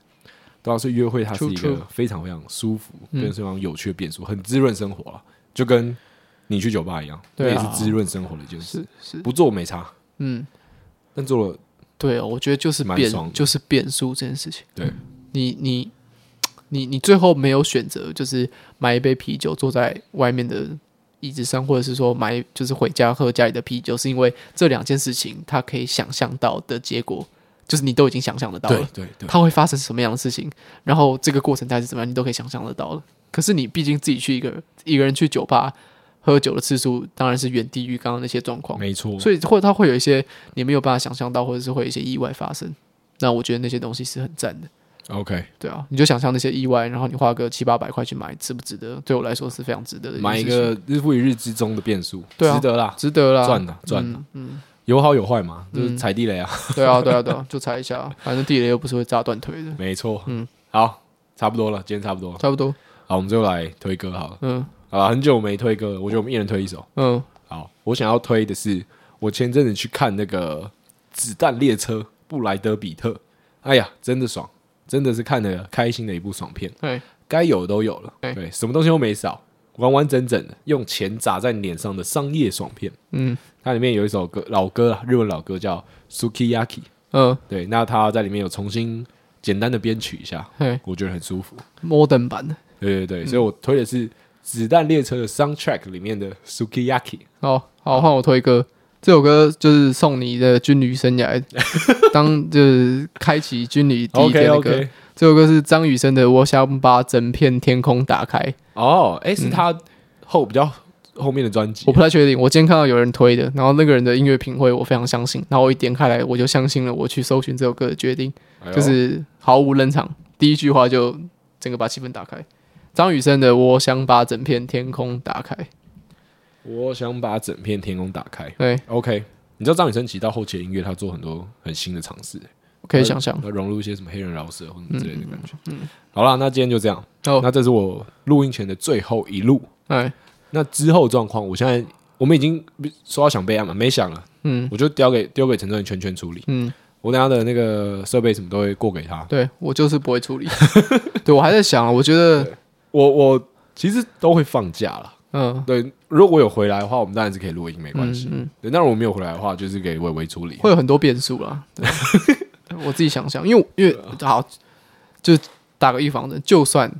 A: 对啊，所以约会它是一
B: True,
A: 个
B: true
A: 非常非常舒服、
B: 嗯
A: 跟非常有趣的变数，很滋润生活啊，就跟你去酒吧一样，
B: 对啊
A: 那也是滋润生活的一件事。
B: 是是
A: 不做没差，
B: 嗯，
A: 但做了
B: 对哦，我觉得就是
A: 蛮爽的
B: 变就是变数这件事情，
A: 对
B: 你你你你最后没有选择，就是买一杯啤酒坐在外面的椅子上，或者是说买就是回家喝家里的啤酒，是因为这两件事情它可以想象到的结果，就是你都已经想象得到
A: 对
B: 了，
A: 对对，
B: 它会发生什么样的事情，然后这个过程大概是怎么样，你都可以想象得到了。可是你毕竟自己去一个一个人去酒吧喝酒的次数，当然是远低于刚刚那些状况，
A: 没错。
B: 所以或者它会有一些你没有办法想象到，或者是会有一些意外发生。那我觉得那些东西是很赞的，
A: OK，
B: 对啊，你就想象那些意外，然后你花个七八百块去买，值不值得？对我来说是非常值得的件事情，
A: 买一个日复一日之中的变数，
B: 对啊
A: 值得啦，
B: 值得啦，
A: 赚的赚的，
B: 嗯，嗯，
A: 有好有坏嘛，就是
B: 嗯
A: 踩地雷啊，
B: [LAUGHS]
A: [LAUGHS]
B: 对啊，对啊，对啊，就踩一下，反正地雷又不是会炸断腿的，
A: 没错。
B: 嗯，
A: 好，差不多了，今天 [LAUGHS] 差不多了。
B: 差不多，
A: 好，我们最后来推歌好了。
B: 嗯
A: 好了，很久没推歌了，我觉得我们一人推一首。
B: 嗯，
A: 好，我想要推的是，我前阵子去看那个《子弹列车》布莱德比特，哎呀，真的爽，真的是看了开心的一部爽片，
B: 对，
A: 该有的都有了，
B: 对
A: 对，什么东西都没少，完完整整的用钱砸在你脸上的商业爽片。
B: 嗯
A: 它里面有一首歌，老歌啊，日文老歌叫《Sukiyaki》，
B: 嗯，
A: 对，那它在里面有重新简单的编曲一下，
B: 嘿
A: 我觉得很舒服。
B: ，modern 版的，
A: 对对
B: 嗯
A: 对，所以我推的是《子弹列车》的 soundtrack 里面的《Sukiyaki》。
B: 好好换我推歌，这首歌就是送你的军旅
A: [LAUGHS]
B: 生涯，当就是开启军旅第一
A: 哦 OK
B: 天的歌。
A: OK，
B: 这首歌是张雨生的《我想把整片天空打开》，
A: 哦，哎，是他后比较后面的专辑
B: 嗯我，不太确定。我今天看到有人推的，然后那个人的音乐品味我非常相信，然后我一点开来我就相信了，我去搜寻这首歌的决定，
A: 哎呦
B: 就是毫无冷场，第一句话就整个把气氛打开。张雨生的《我想把整片天空打开》，
A: 我想把整片天空打开。
B: 对，
A: OK，你知道张雨生其实到后期的音乐，他做很多很新的尝试，
B: 我可以想象。嗯
A: 他融入一些什么黑人饶舌或者什么之类的感觉。好啦，那今天就这样。
B: 哦
A: 那这是我录音前的最后一路。
B: 哎，
A: 呃那之后状况，我现在我们已经说要想啊备案嘛，没想了，
B: 嗯
A: 我就丢给丢给陈正圈圈处理。
B: 嗯。
A: 我等下的那个设备什么都会过给他。
B: 对我就是不会
A: [LAUGHS]
B: 处理。对我还在想啊，我觉得，
A: 我我其实都会放假了。
B: 嗯
A: 对，如果我有回来的话，我们当然是可以录音，没关系。
B: 嗯嗯
A: 对，那如果没有回来的话，就是给伟伟处理。
B: 会有很多变数啦。对我自己想想，因为我因为
A: 啊
B: 好，就打个预防针，就算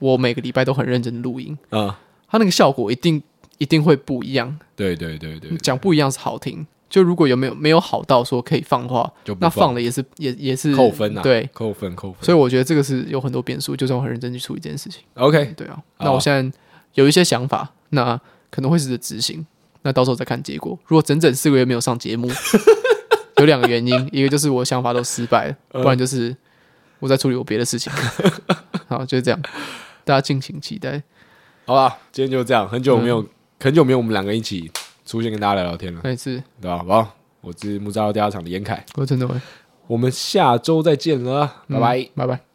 B: 我每个礼拜都很认真地录音，
A: 啊、
B: 它那个效果一定一定会不一样。
A: 对对对对，
B: 讲不一样是好听，就如果有没有没有好到说可以放的话，
A: 就不
B: 那
A: 放
B: 放了也是也也是
A: 扣分啊，
B: 对，
A: 扣分扣分。
B: 所以我觉得这个是有很多变数，就算我很认真去处理这件事情，
A: OK，
B: 对啊。
A: 好
B: 那我现在有一些想法，那可能会试着执行，那到时候再看结果。如果整整四个月没有上节目，有两个原因，一个就是我想法都失败了，不然就是我在处理我别的事情。好，就是这样，大家敬请期待。
A: 好吧，今天就这样，很久没
B: 嗯
A: 有、很久没有我们两个一起出现跟大家聊聊天了，
B: 那一次
A: 对吧？好，我是木栅第二场的严凯，
B: 我真的会，
A: 我们下周再见了，拜拜。
B: 拜拜。